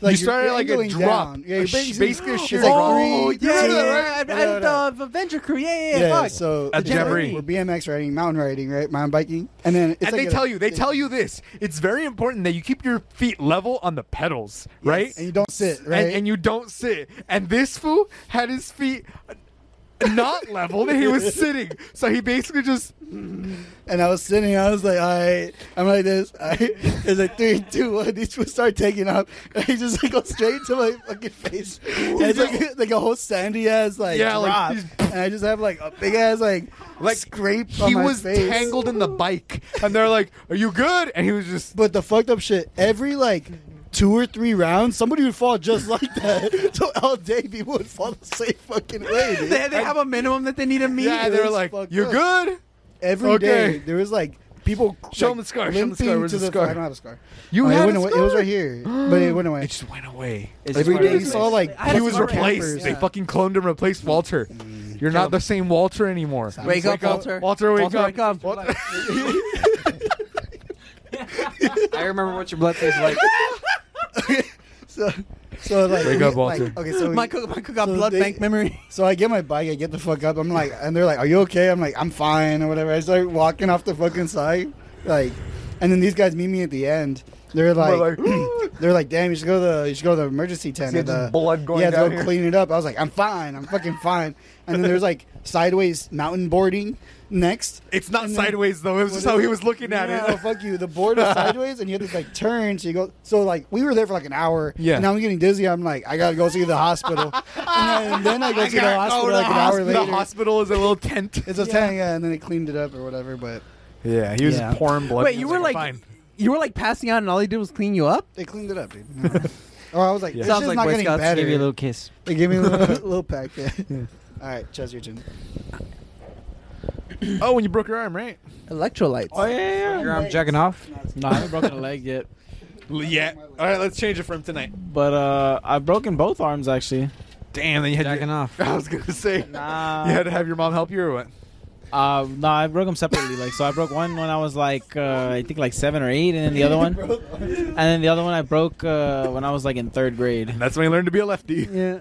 A: Like
B: started
A: you're,
B: like
A: you're
B: a
A: angling
B: drop,
A: down. Yeah,
B: a
A: you're
B: sh-
A: basically,
B: basically a
A: it's
B: sheer
A: like
B: drop.
A: three,
F: Oh, yeah,
A: two,
F: right. I, I,
A: da, da, da.
F: uh, Avenger Korea. Yeah, yeah,
A: Yeah,
F: fuck.
A: so
B: At the jamboree.
A: we're BMX riding, mountain riding, right? Mountain biking, and then it's
B: and
A: like
B: they
A: a-
B: tell you, they tell you this. It's very important that you keep your feet level on the pedals, right?
A: And you don't sit, right?
B: And, you don't sit. And this fool had his feet not leveled. he was sitting, so he basically just.
A: And I was sitting, I was like, all right, I'm like this. I, it's like three, two, one. These would start taking off. And he just like go straight to my fucking face. And it's like, like a whole sandy ass like
B: Yeah, like,
A: drop.
B: he's-
A: and I just have like a big ass like
B: Like,
A: scrape. on
B: he
A: my
B: was
A: face.
B: tangled in the bike, and they're like, "Are you good?" And he was just.
A: But the fucked up shit. Every like two or three rounds, somebody would fall just like that. so all day people would fall the same fucking way. Dude.
F: They, they have a minimum that they need to meet.
B: Yeah,
A: It
B: they were
A: was
B: like,
A: fucked
B: "You're
A: up.
B: good."
A: Every
B: Okay.
A: day there was like people.
B: Show
A: like,
B: him the scar. Show him the scar.
A: limping
B: Where's
A: to
B: the scar?
A: I don't have a scar.
B: You
A: Oh, it
B: had
A: went
B: a
A: away- It was
B: scar?
A: right here, but it went away.
B: It just went away.
C: It's
A: Every
C: just
A: day you
C: part of
A: saw
C: it.
A: like
F: I had
B: he
F: a
B: was
F: scar.
B: replaced. They fucking cloned him, replaced Walter.
F: Mm.
B: You're not the same Walter anymore.
F: Wake up, Walter.
B: Walter, wake
F: Walter,
B: up.
F: wake up.
B: Walter-
C: I remember what your blood tastes like.
A: so, so like,
B: Wake up,
A: like,
B: Walter.
A: okay, so we-
F: my cook, my cook got
A: so
F: blood
A: they-
F: bank memory.
A: So I get my bike, I get the fuck up. I'm like, and they're like, "Are you okay?" I'm like, "I'm fine" or whatever. I start walking off the fucking side, like, and then these guys meet me at the end. They're like, they're like, "Damn, you should go to the you should go to the emergency tent."
B: See
A: or the,
B: just blood going
A: yeah, to
B: down
A: go
B: here.
A: clean it up. I was like, "I'm fine, I'm fucking fine." And then there's like sideways mountain boarding next.
B: It's not
A: And then-
B: sideways though. It was just
A: What
B: how
A: is
B: he
A: it?
B: was looking at
A: Yeah,
B: it.
A: Oh, fuck you. The board is sideways, and you have to like turn. So you go. So like we were there for like an hour.
B: Yeah.
A: And now I'm getting dizzy. I'm like, I gotta go see the hospital. and, then, then I go to the
B: gotta go
A: hospital
B: to
A: like
B: the
A: an hour
B: hosp-
A: later.
B: The hospital is a little tent.
A: It's a tent, yeah. And then they cleaned it up or whatever. But
B: Yeah, he was
A: Yeah.
B: pouring blood.
F: Wait,
B: He
F: you
B: was
F: were like,
B: fine.
F: you were like passing out, and all he did was clean you up.
A: they cleaned it up, dude. No. Or I was like,
C: Yeah.
A: it's
F: Sounds
A: just
F: like
A: not
F: Boy
A: getting
F: Scouts
A: better.
C: Give you a little kiss.
A: They gave me a little, little pack. Yeah. All right, Chaz, your turn.
B: oh, when you broke your arm, right?
F: Electrolytes.
C: yeah, Your arm jacking off.
D: No, I haven't broken a leg yet,
B: L- Yeah. All right, let's change it from tonight.
D: but uh, I've broken both arms actually.
B: Damn, then you had
C: Jacking
B: your,
C: off.
B: I was gonna say
D: Nah.
B: you had to have your mom help you or what?
D: Uh, no, I broke them separately. Like, so I broke one when I was like, uh, I think like seven or eight, and then the other one, and then the other one I broke uh, when I was like in third grade.
B: And that's when you learned to be a lefty.
D: Yeah,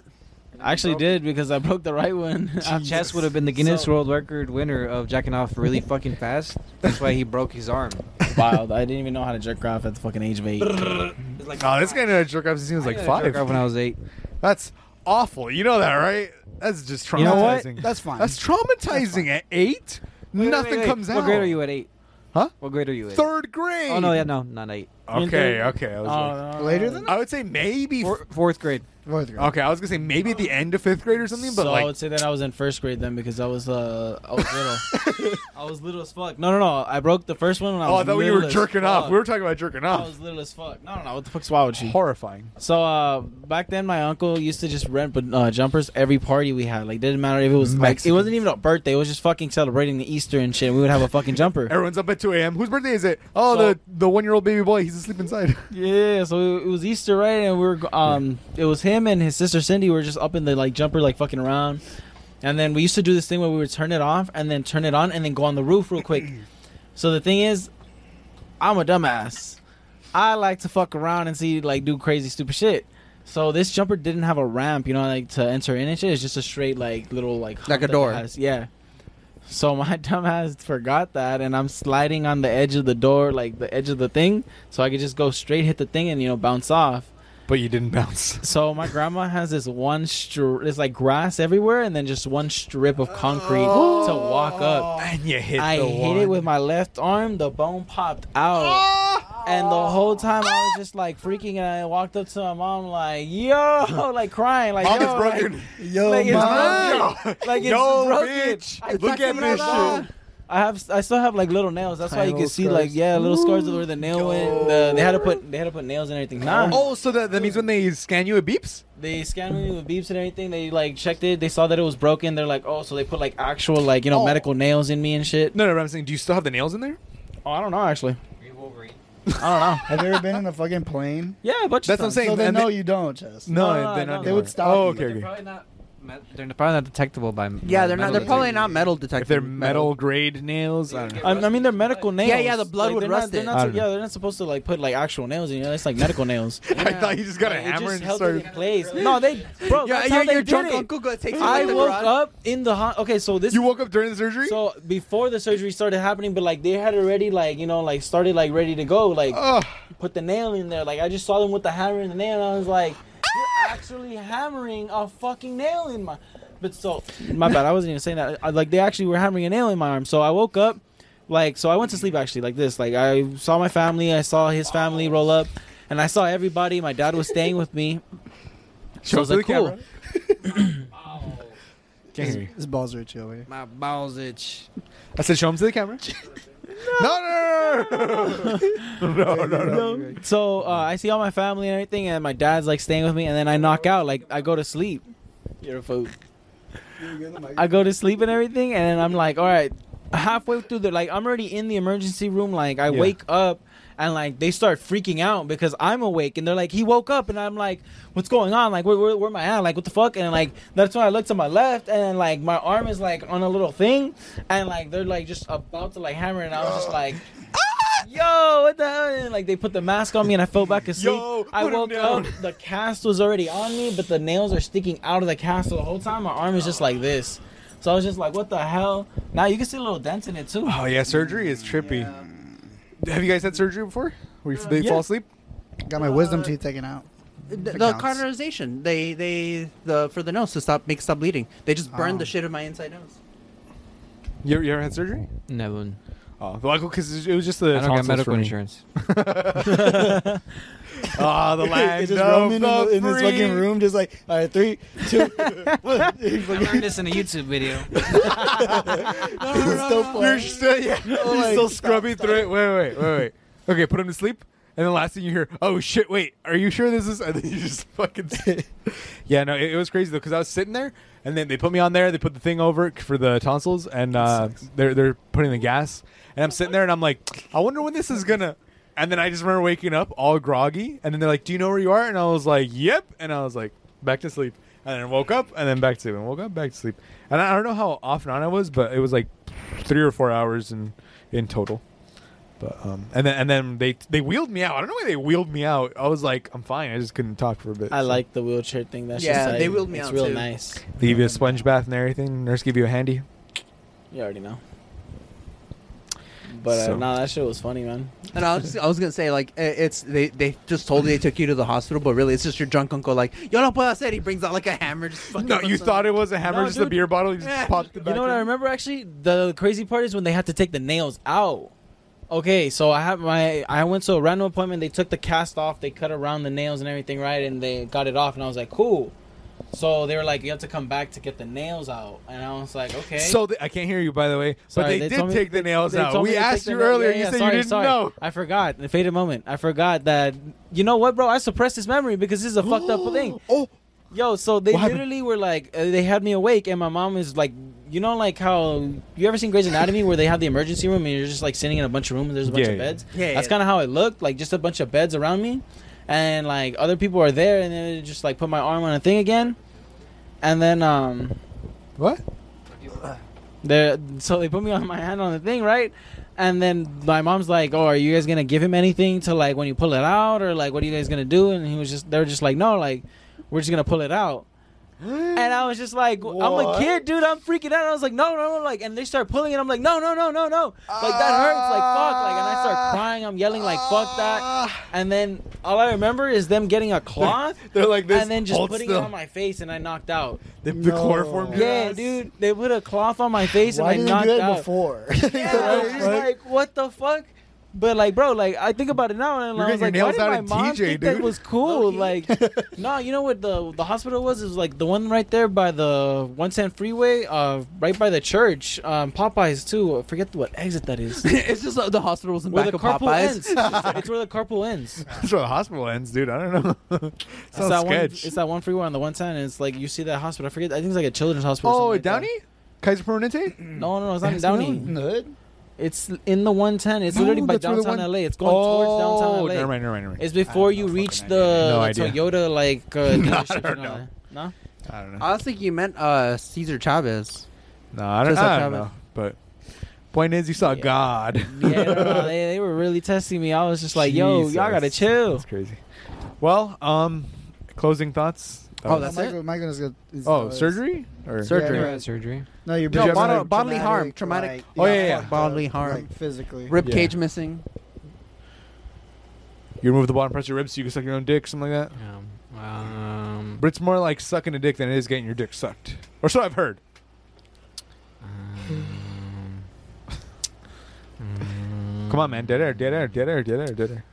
D: I actually did because I broke the right one.
C: Chess would have been the Guinness World Record winner of jacking off really fucking fast. That's why he broke his arm.
D: wild. I didn't even know how to jerk off at the fucking age of eight.
B: oh, this guy knew how to jerk off since he was like five.
C: Jerk off when I was eight.
B: That's awful. You know that, right? That's just traumatizing.
C: You know what?
A: That's fine.
B: That's traumatizing at eight. Nothing comes out.
C: What grade are you at eight?
B: Huh?
C: What grade are you at?
B: Third grade.
C: Oh no, yeah, no, not eight.
B: Okay, okay. I
D: Oh,
B: was like-
A: Later than that?
B: I would say maybe.
C: Four, fourth grade.
A: Fourth grade.
B: Okay, I was gonna say maybe at the end of fifth grade or something, but
D: so I
B: like
D: would say that I was in first grade then because I was uh I was little. I was little as fuck. No, no, no. I broke the first one when I
B: Oh,
D: was.
B: I thought we
D: little
B: were
D: as
B: jerking off.
D: fuck.
B: We were talking about jerking
D: I
B: off.
D: Oh. was little as fuck. No, no, no. What the fuck's wrong with you?
B: Horrifying.
D: So uh, back then, my uncle used to just rent uh, jumpers every party we had. Like, didn't matter if it was like it wasn't even a birthday. It was just fucking celebrating the Easter and shit. We would have a fucking jumper.
B: Everyone's up at 2 a.m. Whose birthday is it? Oh,
D: So-
B: the the one year old baby boy. He's asleep inside.
D: yeah. So it, it was Easter, right? And we were go- um, it was him and his sister Cindy were just up in the like jumper, like fucking around. And then we used to do this thing where we would turn it off and then turn it on and then go on the roof real quick. so the thing is, I'm a dumbass. I like to fuck around and see like do crazy stupid shit. So this jumper didn't have a ramp, you know, like to enter in and shit. It's just a straight like little like hump
F: Like a
D: that it
F: door.
D: has. Yeah. So my dumbass forgot that, and I'm sliding on the edge of the door, like the edge of the thing, so I could just go straight hit the thing and you know bounce off.
B: but you didn't bounce.
D: So my grandma has this one stri- it's like grass everywhere, and then just one strip of concrete
M: Oh.
D: to walk up.
B: And you hit
D: I
B: the
D: hit
B: one.
D: it with my left arm. The bone popped out, and the whole time I was just like freaking. And I walked up to my mom like, "Yo!" Like crying, like,
M: Mom,
D: "Yo!"
M: it's
D: like-
M: broken.
D: Yo, like, it's
M: Mom.
D: broken. Like it's
M: Yo,
D: broken.
M: bitch.
D: I
M: Look
D: fucking
M: at this
D: know.
M: shit.
D: I have, I still have like little nails. That's why
C: Tiny
D: you can
C: little
D: see
C: scars.
D: like yeah, little scars
C: Ooh.
D: where the nail went. The, they had to put, they had to put nails and everything. Nah.
B: Oh, so that, that means when they scan you, it beeps.
D: They scanned me with beeps and everything. They like checked it. They saw that it was broken. They're like, oh, so they put like actual like you know
B: Oh.
D: medical nails in me and shit.
B: No, no, but I'm saying, do you still have the nails in there?
D: Oh, I don't know actually.
A: I don't know. Have you ever been in a fucking plane?
D: Yeah, but
B: That's what I'm saying.
A: So they
B: and
A: know you don't, Chess.
B: No, No, no, they're no, not
A: They
B: no.
A: would stop.
B: Oh,
A: you.
B: okay, okay.
C: Probably not. Met- they're probably not detectable by.
F: Yeah, they're not. They're probably not metal detected.
B: If they're metal grade nails, I don't know.
D: I, I mean, they're medical nails.
F: Yeah, yeah, the blood
D: Like,
F: would
D: they're
F: rust
D: not, they're
F: it.
D: not
B: I
D: so-
B: don't know.
D: yeah, they're not supposed to like put like actual nails in. You know, it's like medical nails.
B: I thought you just got a
D: It
B: hammer
D: just
B: and
D: held it in
B: started.
D: place. No, they, bro.
F: Yeah,
D: that's
F: yeah,
D: how they
F: your
D: did
F: drunk
D: it.
F: uncle go- takes you
D: I
F: to the
D: woke
F: garage.
D: up in the ho- okay. So this
B: You woke up during the surgery.
D: So before the surgery started happening, but like they had already like you know like started like ready to go like
B: Oh,
D: put the nail in there. Like I just saw them with the hammer and the nail, and I was like, you're actually hammering a fucking nail in my. But so my bad, I wasn't even saying that. I, like they actually were hammering a nail in my arm. So I woke up, like so I went to sleep actually like this. Like I saw my family, I saw his family roll up, and I saw everybody. My dad was staying with me. So I was
B: it to
D: like,
B: the
D: cool.
B: camera. Can't hear you.
A: His balls eh. are chilly.
C: My balls itch.
B: I said, show him to the camera. no, no, no, no, no, no, no, no.
D: So uh, I see all my family and everything, and my dad's like staying with me, and then I knock out. Like I go to sleep. You're a fool. I go to sleep and everything, and then I'm like, all right. Halfway through the like, I'm already in the emergency room. Like I
C: Yeah.
D: wake up. And like they start freaking out because I'm awake, and they're like, "He woke up," and I'm like, "What's going on? Like, where, where, where am I at? Like, what the fuck?" And like that's when I look to my left, and like my arm is like on a little thing, and like they're like just about to like hammer, and I was just like, yo, what the hell? And, like they put the mask on me and I fell back asleep.
B: Yo,
D: I
B: put him
D: woke
B: down.
D: up, the cast was already on me, but the nails are sticking out of the cast. So the whole time my arm is just like this. So I was just like, what the hell? Now you can see a little dent in it too.
B: Oh yeah, surgery is trippy. Have you guys had surgery before? Where you, they
D: yeah.
B: fall asleep?
A: Got my wisdom teeth taken out.
F: The,
A: That
F: the
A: counts.
F: cauterization, they they the for the nose to stop make stop bleeding. They just burned
A: Oh.
F: the shit of my inside nose.
B: You, you ever had surgery?
C: Never.
B: Oh, well, because it was just the
C: I don't
B: tonsils
C: got medical
B: for me.
C: insurance.
B: Ah, the
A: It's
B: land
A: just
B: of
A: Roman in,
B: the
A: the, in this
B: free.
A: fucking room, just like, all right, three, two, one.
C: I learned this in a YouTube video.
B: You're still, yeah, you're still scrubbing through it. Wait, wait, wait, wait. Okay, put him to sleep, and the last thing you hear, oh shit, wait, are you sure this is? And then you just fucking. yeah, no, it, it was crazy though, because I was sitting there, and then they put me on there. They put the thing over for the tonsils, and uh, they're they're putting the gas, and I'm sitting there, and I'm like, I wonder when this is gonna. And then I just remember waking up all groggy, and then they're like, "Do you know where you are?" And I was like, "Yep," and I was like, back to sleep. And then woke up, and then back to sleep, and woke up, back to sleep. And I I don't know how off and on I was, but it was like three or four hours in in total. But um, and then and then they they wheeled me out. I don't know why they wheeled me out. I was like, I'm fine. I just couldn't talk for a bit.
D: I
B: So
D: like the wheelchair thing. That's
F: Yeah,
D: just like,
F: they wheeled me
D: it's
F: out,
D: real
F: too.
D: nice.
B: they give you a sponge bath and everything. Nurse give you a handy.
D: You already know. But uh,
B: So-
D: nah, that shit was funny, man.
F: And I was I was gonna say like i- it's they they just told you they took you to the hospital, but really it's just your drunk uncle. Like yo no puedo hacer. He brings out like a hammer. Just fucking
B: No,
F: puts
B: you
F: on-
B: thought it was a hammer,
D: No,
B: just a
D: dude.
B: beer bottle. You just
F: Yeah.
B: popped it
D: You
B: back.
D: know what
B: in.
D: I remember actually? The crazy part is when they had to take the nails out. Okay, so I have my I went to a random appointment, they took the cast off, they cut around the nails and everything right and they got it off and I was like, "Cool." So they were like, "You have to come back to get the nails out." And I was like, "Okay."
B: So th- I can't hear you, by the way.
D: Sorry,
B: but they, did
D: told me-
B: take the nails
D: they
B: out.
D: told me
B: We
D: to take
B: asked
D: the
B: you
D: nail-
B: earlier.
D: yeah,
B: you
D: yeah,
B: said
D: sorry,
B: you didn't
D: sorry.
B: know.
D: I forgot. The faded moment. I forgot that. You know what, bro? I suppressed this memory because this is a fucked up thing.
B: Oh,
D: Yo, so they
B: What happened?
D: literally were like, uh, they had me awake, and my mom is like, you know, like how you ever seen Grey's Anatomy where they have the emergency room and you're just like sitting in a bunch of rooms and there's a bunch
B: Yeah,
D: of
B: yeah.
D: beds.
F: Yeah,
D: that's
F: yeah.
D: kind of how it looked, like just a bunch of beds around me, and like other people are there, and then it just like put my arm on a thing again, and then um,
B: What?
D: they so they put me on my hand on the thing, right? And then my mom's like, "Oh, are you guys gonna give him anything to like when you pull it out, or like what are you guys gonna do?" And he was just, they were just like, "No, like we're just gonna pull it out." and I was just like, I'm a
C: What?
D: kid, dude. I'm freaking out. I was like, no, no, no. Like, and they start pulling, and I'm like, no, no, no, no, no. Like that hurts. Like fuck. Like, and I
C: Ah.
D: start crying. I'm yelling like fuck that. And then all I remember is them getting a cloth.
C: They're like this,
D: and then just
C: "Hold
D: putting
C: still."
D: it on my face, and I knocked out.
B: The, the chloroform your
D: Yeah,
B: ass?
D: dude. They put a cloth on my face,
A: Why
D: and
A: didn't
D: I
A: they
D: knocked
A: do that
D: out.
A: before?
D: Yeah, I was like, what the fuck? But like, bro, like I think about it now, and
B: You're
D: I was like,
B: getting
D: why
B: your
D: did
B: nails out in
D: my mom
B: TJ,
D: think that
B: dude.
D: was cool? Like, no, you know what the the hospital was? It was like the one right there by the one cent freeway, uh, right by the church. Um, Popeyes too. I forget what exit that is.
F: it's just uh, the hospitals in
D: where
F: back
D: the
F: of
D: carpool
F: Popeyes.
D: ends. It's, it's where the carpool ends.
B: That's where the hospital ends, dude. I don't know.
D: It's
B: Sounds
D: that one.
B: sketch.
D: It's that one freeway on the one ten, and it's like you see that hospital. I forget. I think it's like a children's hospital. or
B: oh,
D: something
B: at
D: like that.
B: Downey? Kaiser Permanente?
D: No, no, no, it's not in
B: That's
D: Downey.
B: in the hood?
D: It's in the 110. It's
B: No,
D: literally by
B: that's where the
D: downtown
B: one-
D: LA. It's going towards downtown
B: Oh,
D: LA.
B: never mind, never mind, never mind.
D: It's before you reach the
B: No
D: like,
B: idea.
D: Toyota like
B: No, I
D: uh, dealerships and
B: don't
D: all
B: know.
D: that. No?
B: I don't know.
F: I was thinking you meant uh, Cesar Chavez.
B: No, I don't,
F: Just like
B: I don't
F: Chavez.
B: know. But point is, you saw God.
D: Yeah, I don't know. they, they were really testing me. I was just like, yo, y'all gotta
B: Jesus.
D: chill.
B: That's crazy. Well, um, closing thoughts.
C: Oh,
B: That was-
A: Michael, Michael is good. is-
B: Oh,
A: is-
B: surgery or
F: Surgery.
A: Yeah,
C: Yeah, surgery.
A: No, you're
F: No,
B: Did you have
F: bod-
B: another
F: bodily harm,
A: traumatic,
F: traumatic,
A: like,
B: Oh, yeah, yeah.
A: fucked up,
F: bodily harm,
A: like, physically.
F: rib
B: Yeah.
F: cage missing.
B: You remove the bottom, press your ribs, so you can suck your own dick, something like that.
C: Um, um,
B: But it's more like sucking a dick than it is getting your dick sucked, or so I've heard.
C: um,
B: Come on, man, dead air, dead air, dead air, dead air, dead air.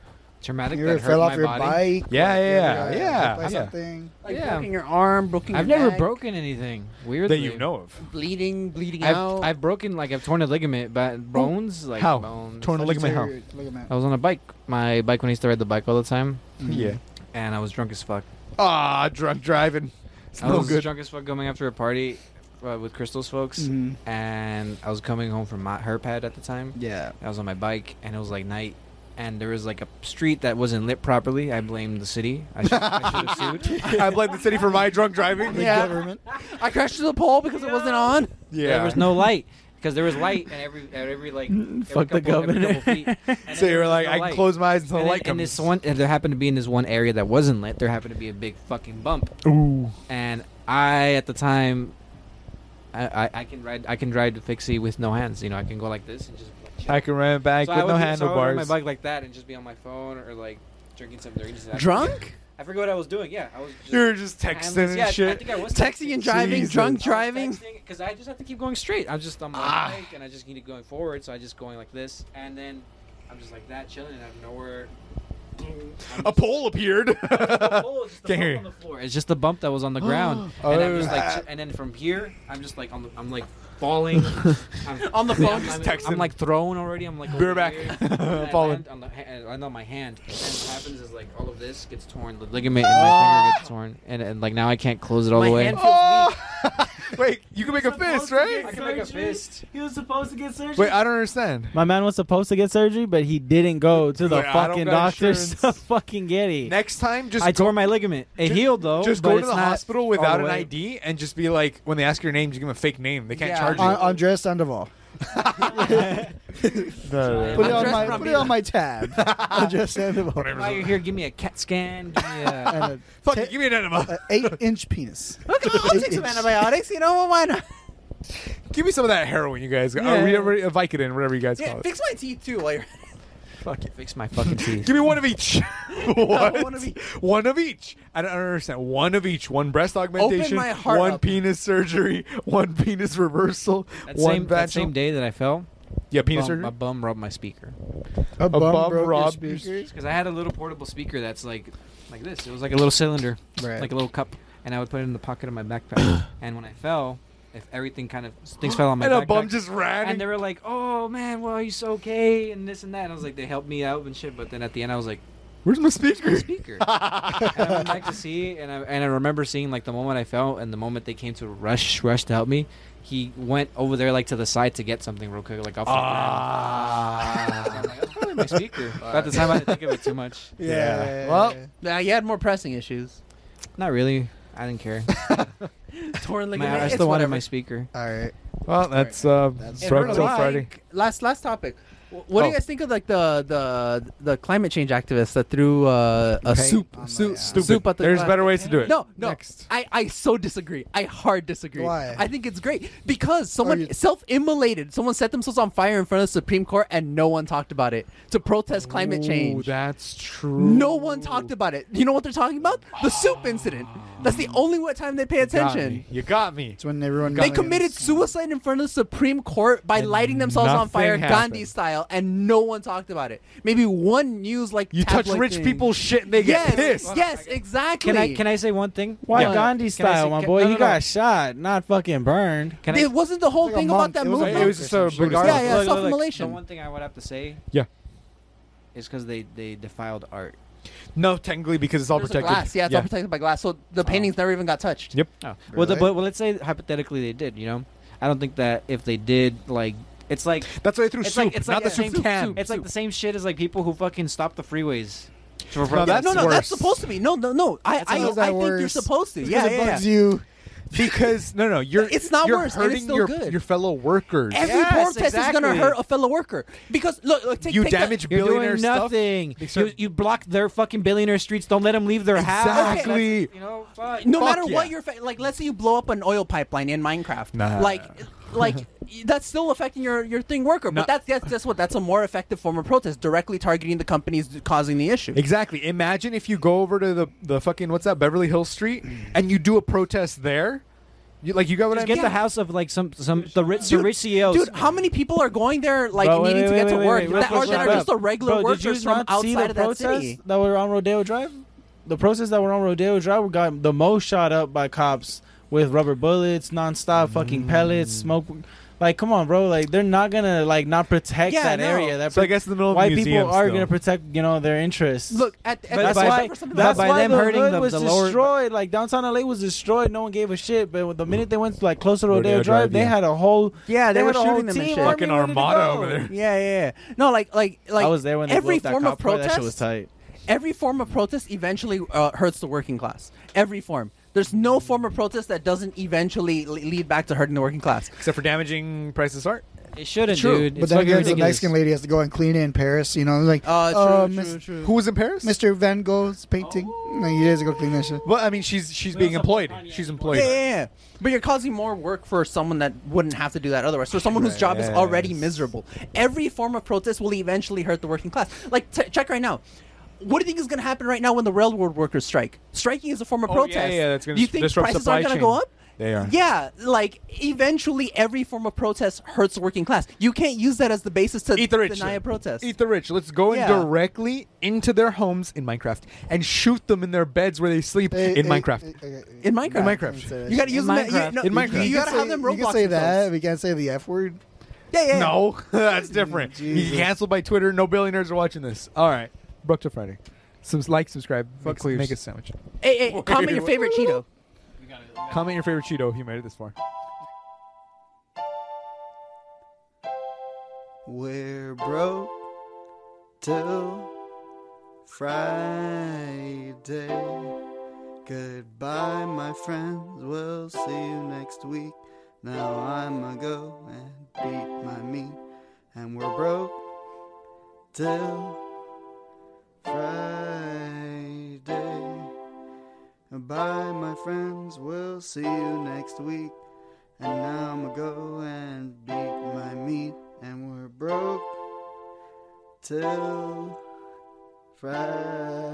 C: traumatic
A: You
C: that
A: ever
C: hurt
A: fell off
C: my
A: your
C: body.
A: bike?
B: Yeah,
A: like, you
B: yeah,
A: ever got
B: yeah,
A: hit by
B: yeah.
A: something?
F: Like
C: Yeah.
F: broken your arm, broken.
C: I've
F: your
C: never
F: neck,
C: broken anything. Weirdly,
B: That you know of.
F: Bleeding, bleeding
C: I've,
F: out.
C: I've broken like I've torn a ligament,
A: Oh.
C: but bones like
B: How?
C: bones.
B: Torn a ligament. How?
A: Deteriorate ligament.
C: I was on a bike. My bike when I used to ride the bike all the time,
B: Yeah.
C: and I was drunk as fuck.
B: Ah, drunk driving. It's
C: I
A: Oh,
B: no
C: was
B: good.
C: drunk as fuck going after a party uh, with Crystal's folks,
A: Mhm.
C: and I was coming home from my, her pad at the time.
A: Yeah.
C: I was on my bike, and it was like night, and there was like a street that wasn't lit properly. I blamed the city. I should, I should have sued.
B: I blame the city for my drunk driving.
F: yeah. I crashed into the pole Oh, because it wasn't on.
B: Yeah.
C: There was no light because there was light at every at every like every
D: fuck the
C: couple- every
D: governor.
C: couple feet, and then
B: So you
C: there
B: were
C: was
B: like,
C: no
B: I
C: light.
B: can close my eyes until
C: And,
B: the
C: then-
B: light
C: and
B: comes.
C: this one, and there happened to be in this one area that wasn't lit. There happened to be a big fucking bump,
B: Ooh.
C: and I at the time, I, I, I can ride I can ride the fixie with no hands. You know, I can go like this and just. Like, chill.
B: I can ride a bike
C: So I
B: with no
C: would do- so I would ride
B: handlebars.
C: my bike like that and just be on my phone or like drinking some drinks.
F: Drunk,
C: I forget what I was doing. Yeah, I was. Just
B: you were just texting
C: handless.
B: and
C: yeah, I- I
B: shit.
C: think I was
F: texting and driving,
B: Jesus.
F: drunk driving.
C: because I just have to keep going straight. I'm just on my
B: Ah.
C: bike and I just keep going forward, so I just going like this, and then I'm just like that, chilling out of nowhere.
B: a pole appeared.
C: oh,
B: Can't hear you.
C: It's just the bump that was on the ground, and I'm just like,
B: Oh.
C: ch- and then from here, I'm just like, on the, I'm like falling I'm,
F: On the phone,
C: I'm,
F: just
C: I'm,
B: texting.
C: I'm like thrown already. I'm like,
B: Be
C: over
B: right back.
C: here, and I
B: Falling.
C: land on the ha- I land on my hand, and what happens is like all of this gets torn, the ligament in my finger
B: Ah.
C: gets torn, and, and like now I can't close it all
F: My
C: the way.
F: hand
B: Oh! Wait, you can make a fist,
C: I
B: right?
C: can make a fist.
D: He was supposed to get surgery.
B: Wait, I don't understand.
D: my man was supposed to get surgery, but he didn't go to the
B: Wait, I don't
D: fucking
B: got
D: doctor.
B: insurance.
D: So fucking giddy.
B: Next time, just
C: I
B: go,
C: tore my ligament. It
B: Ju-
C: healed though.
B: just
C: but
B: go to
C: it's
B: the
C: not
B: hospital
C: all
B: without
C: the
B: an
C: way.
B: ID and just be like, when they ask your name, just give them a fake name. They can't
F: Yeah.
B: charge you.
A: On, Andres Sandoval. Put it on
F: Andres
A: my put it
F: Ramírez.
A: on my tab. Andres Sandoval.
C: While you're here, give me a CAT scan. Give me
A: And
C: a,
A: a
B: Fuck
A: ta-
B: it, give me an enema.
A: a uh, eight inch penis.
F: Look, I'll take some antibiotics. You know well, why not?
B: give me some of that heroin you guys got.
C: Yeah.
B: Or whatever, a Vicodin, whatever you guys
F: Yeah,
B: call it.
F: fix my teeth too while you're.
C: fuck it, fix my fucking teeth.
B: Give me one of each. what?
F: one of each.
B: One of each. I don't, I don't understand. One of each. One breast augmentation.
F: my heart
B: one
F: up.
B: penis surgery. One penis reversal.
C: That
B: one
C: same,
B: vaginal-
C: that same day that I fell,
B: Yeah, penis
C: bum,
B: surgery.
C: my bum rubbed my speaker
A: A bum,
B: bum
A: broke your
B: robbed-
A: speakers.
C: because I had a little portable speaker that's like, like this. It was like a little cylinder,
A: Right.
C: like a little cup, and I would put it in the pocket of my backpack. and when I fell, if everything kind of things fell on my
B: and
C: backpack,
B: a bum just ran.
C: and they were like, "Oh man, well, you're so okay," and this and that. And I was like, they helped me out and shit. But then at the end, I was like,
B: Where's my speaker?
C: speaker. and I went back to see, and I and I remember seeing like the moment I fell and the moment they came to rush rush to help me. He went over there like to the side to get something real quick, like off the
B: Ah.
C: ground. And I'm like, "That's probably my speaker. But at the time, I didn't think of it too much.
A: Yeah.
B: Well,
F: Nah, you had more pressing issues.
C: Not really. I didn't care.
F: Torn
C: My,
F: ligament.
C: I
F: it's
C: still wanted
F: whatever.
C: my speaker.
A: all right.
B: well, that's uh,
A: That's-
F: It
B: broke
F: hurt a
B: till
F: lot.
B: Friday.
F: Last last topic. What do
C: Oh.
F: you guys think of like the the the climate change activists that threw uh, a
C: Paint
F: soup
C: on the-
F: soup,
C: yeah.
F: soup at the
B: There's
F: glass?
B: better ways to do it.
F: No, no. I I so disagree. I hard disagree.
A: Why?
F: I think it's great because someone self-immolated. Someone set themselves on fire in front of the Supreme Court and no one talked about it to protest climate change.
B: That's true.
F: No one talked about it. You know what they're talking about? The soup incident. That's the only what time they pay
B: Got
F: attention.
B: me. You got me. It's
A: when everyone
F: They committed suicide in front of the Supreme Court by lighting themselves on
B: nothing
F: fire,
B: happened.
F: Gandhi style, and no one talked about it. Maybe one news like
B: You touch
F: tabloid
B: rich
F: thing.
B: people's shit and they
F: yes,
B: get pissed.
F: Yes, exactly.
C: Can I can I say one thing?
D: Why
C: Yeah.
D: Gandhi
C: Can I say-
D: style, my
C: can-
D: boy?
C: no,
D: he
C: no, no.
D: got shot, not fucking burned.
C: Can I-
F: it wasn't the whole
A: Like a
F: thing
A: monk.
F: about that
A: It was a
F: movement.
A: monk.
B: It was just
A: Yeah,
B: a
A: yeah,
B: regardless.
F: yeah. self-immolation.
C: The one thing I would have to say
B: Yeah.
C: is because they they defiled art.
B: No, technically because it's all
F: There's a
B: protected.
F: glass. Yeah, it's all protected by glass, so the paintings never even got touched.
B: Yep.
C: Well, the,
A: Really?
C: but well, let's say hypothetically they did. You know, I don't think that if they did, like, it's like
B: That's why they threw
C: it's
B: soup,
C: like it's
B: not
C: like
B: the
C: that
B: same
C: same
B: can.
C: It's like the same shit as like people who fucking stop the freeways. to-
B: No, that's
F: no, no, that's
B: worse.
F: supposed to be. No, no, no. I,
A: That's
F: I,
A: not-
F: I
A: that
F: think you're
A: worse.
F: supposed to.
A: It's
F: Yeah,
A: 'cause it
F: yeah, yeah.
A: bugs you.
B: because no, no, you're
F: It's not
B: you're
F: worse, and it's
B: hurting
F: still
B: your
F: good.
B: your fellow workers.
F: Every
C: Yes,
F: protest is going
C: exactly.
F: to hurt a fellow worker because look, look take,
B: you
F: take the-
B: damage
C: You're
B: billionaire
C: doing
B: stuff.
C: nothing.
B: They start-
C: You, you block their fucking billionaire streets. Don't let them leave their house.
B: Exactly.
C: That's- You know, fuck.
F: no
B: Fuck
F: matter
B: yeah.
F: what you're fa- like let's say you blow up an oil pipeline in minecraft
B: Nah.
F: like like that's still affecting your your thing worker
B: Nah.
F: but that's, that's that's what that's a more effective form of protest directly targeting the companies causing the issue
B: Exactly. Imagine if you go over to the the fucking what's that Beverly Hills Street and you do a protest there. You, like you got what I
C: Just
B: mean?
C: get the house of like some some the rich the rich CEOs.
F: dude how many people are going there like
D: Bro, wait,
F: needing
D: wait,
F: to
D: wait,
F: get to
D: wait,
F: work
D: wait,
F: that,
D: real
F: are,
D: quick,
F: that are
D: bro.
F: just the regular
D: Bro, did you
F: workers from
D: not see the
F: outside of that
D: protests
F: city
D: that were on Rodeo Drive? The protests that were on Rodeo Drive were got the most shot up by cops with rubber bullets, nonstop
F: Mm.
D: fucking pellets, smoke. Like, come on, bro! Like, they're not gonna like not protect
F: Yeah,
D: that
F: no.
D: area. That
B: So I
D: pro-
B: guess in the middle of
D: white
B: museums,
D: people are
B: though.
D: gonna protect, you know, their interests.
F: look at, at
C: But
D: that's
F: the
C: by-
D: why.
F: for something
D: That's
C: by
D: why
C: them
D: the
C: hurting
D: hood
C: the-
D: was
C: the lower-
D: destroyed. Like downtown LA was destroyed. No one gave a shit. But the minute they went like closer to Rodeo,
B: Rodeo
D: Drive,
B: Drive,
D: they
B: yeah.
D: had a whole
F: yeah they,
D: they
F: were
D: had a whole
F: shooting them and
D: team
F: shit
D: on-
B: fucking
D: Army ready to
B: Armada
D: go.
B: over there.
F: yeah, yeah, yeah. No, like, like, like.
D: I was there when they
F: every
D: blew up that
F: form
D: cop
F: of
D: car.
F: protest
D: That shit was tight.
F: Every form of protest eventually uh, hurts the working class. Every form. There's no form of protest that doesn't eventually le- lead back to hurting the working class.
B: Except for damaging prices art.
C: They shouldn't,
F: True.
C: dude.
A: But
C: It's
A: then
C: fucking
A: again, the
C: ridiculous.
A: Mexican lady has to go and clean it in Paris. You know, like
F: Uh, true,
A: uh,
F: true,
A: Miss-
F: true. Oh.
B: Who was in Paris?
A: Mr. Van Gogh's painting. Like, he has to go clean that shit.
B: Well, I mean, she's she's being employed. She's employed.
F: Yeah, yeah, yeah. But you're causing more work for someone that wouldn't have to do that otherwise. For someone whose job is already miserable. Every form of protest will eventually hurt the working class. Like, t- check right now. What do you think is going to happen right now when the railroad workers strike? Striking is a form of
B: Oh, yeah,
F: protest.
B: yeah, that's gonna
F: Do you
B: dis-
F: think
B: disrupt
F: prices
B: supply
F: aren't gonna
B: chain.
F: go up?
B: They are.
F: Yeah, like eventually every form of protest hurts the working class. You can't use that as the basis to
B: Eat the rich.
F: deny a protest.
B: Eat the rich. Let's go in
F: Yeah.
B: directly into their homes in Minecraft and shoot them in their beds where they sleep
A: Hey,
B: in
A: hey,
B: Minecraft.
A: hey, hey, hey.
F: in Minecraft.
B: In Minecraft.
A: Say that
F: You got to
A: shit.
F: use
C: In
F: them.
C: Minecraft.
F: You, no,
B: In Minecraft.
F: You,
A: You
F: got to
A: can
F: have them
A: say- You
F: Roblox
A: can say that.
F: controls.
A: We can't say the F word.
F: Yeah, yeah.
B: No, that's different. You
A: Jesus.
B: get canceled by Twitter. No billionaires are watching this. All right, Brook to Friday. Some like, subscribe, make,
C: Clears.
B: make a sandwich.
F: Hey, hey, comment your favorite Cheeto.
B: Comment your favorite Cheeto. He made it this far.
M: We're broke till Friday. Goodbye, my friends. We'll see you next week. Now I'm a go and beat my meat. And we're broke till Friday. Bye, my friends. We'll see you next week. And now I'm gonna go and beat my meat. And we're broke till Friday.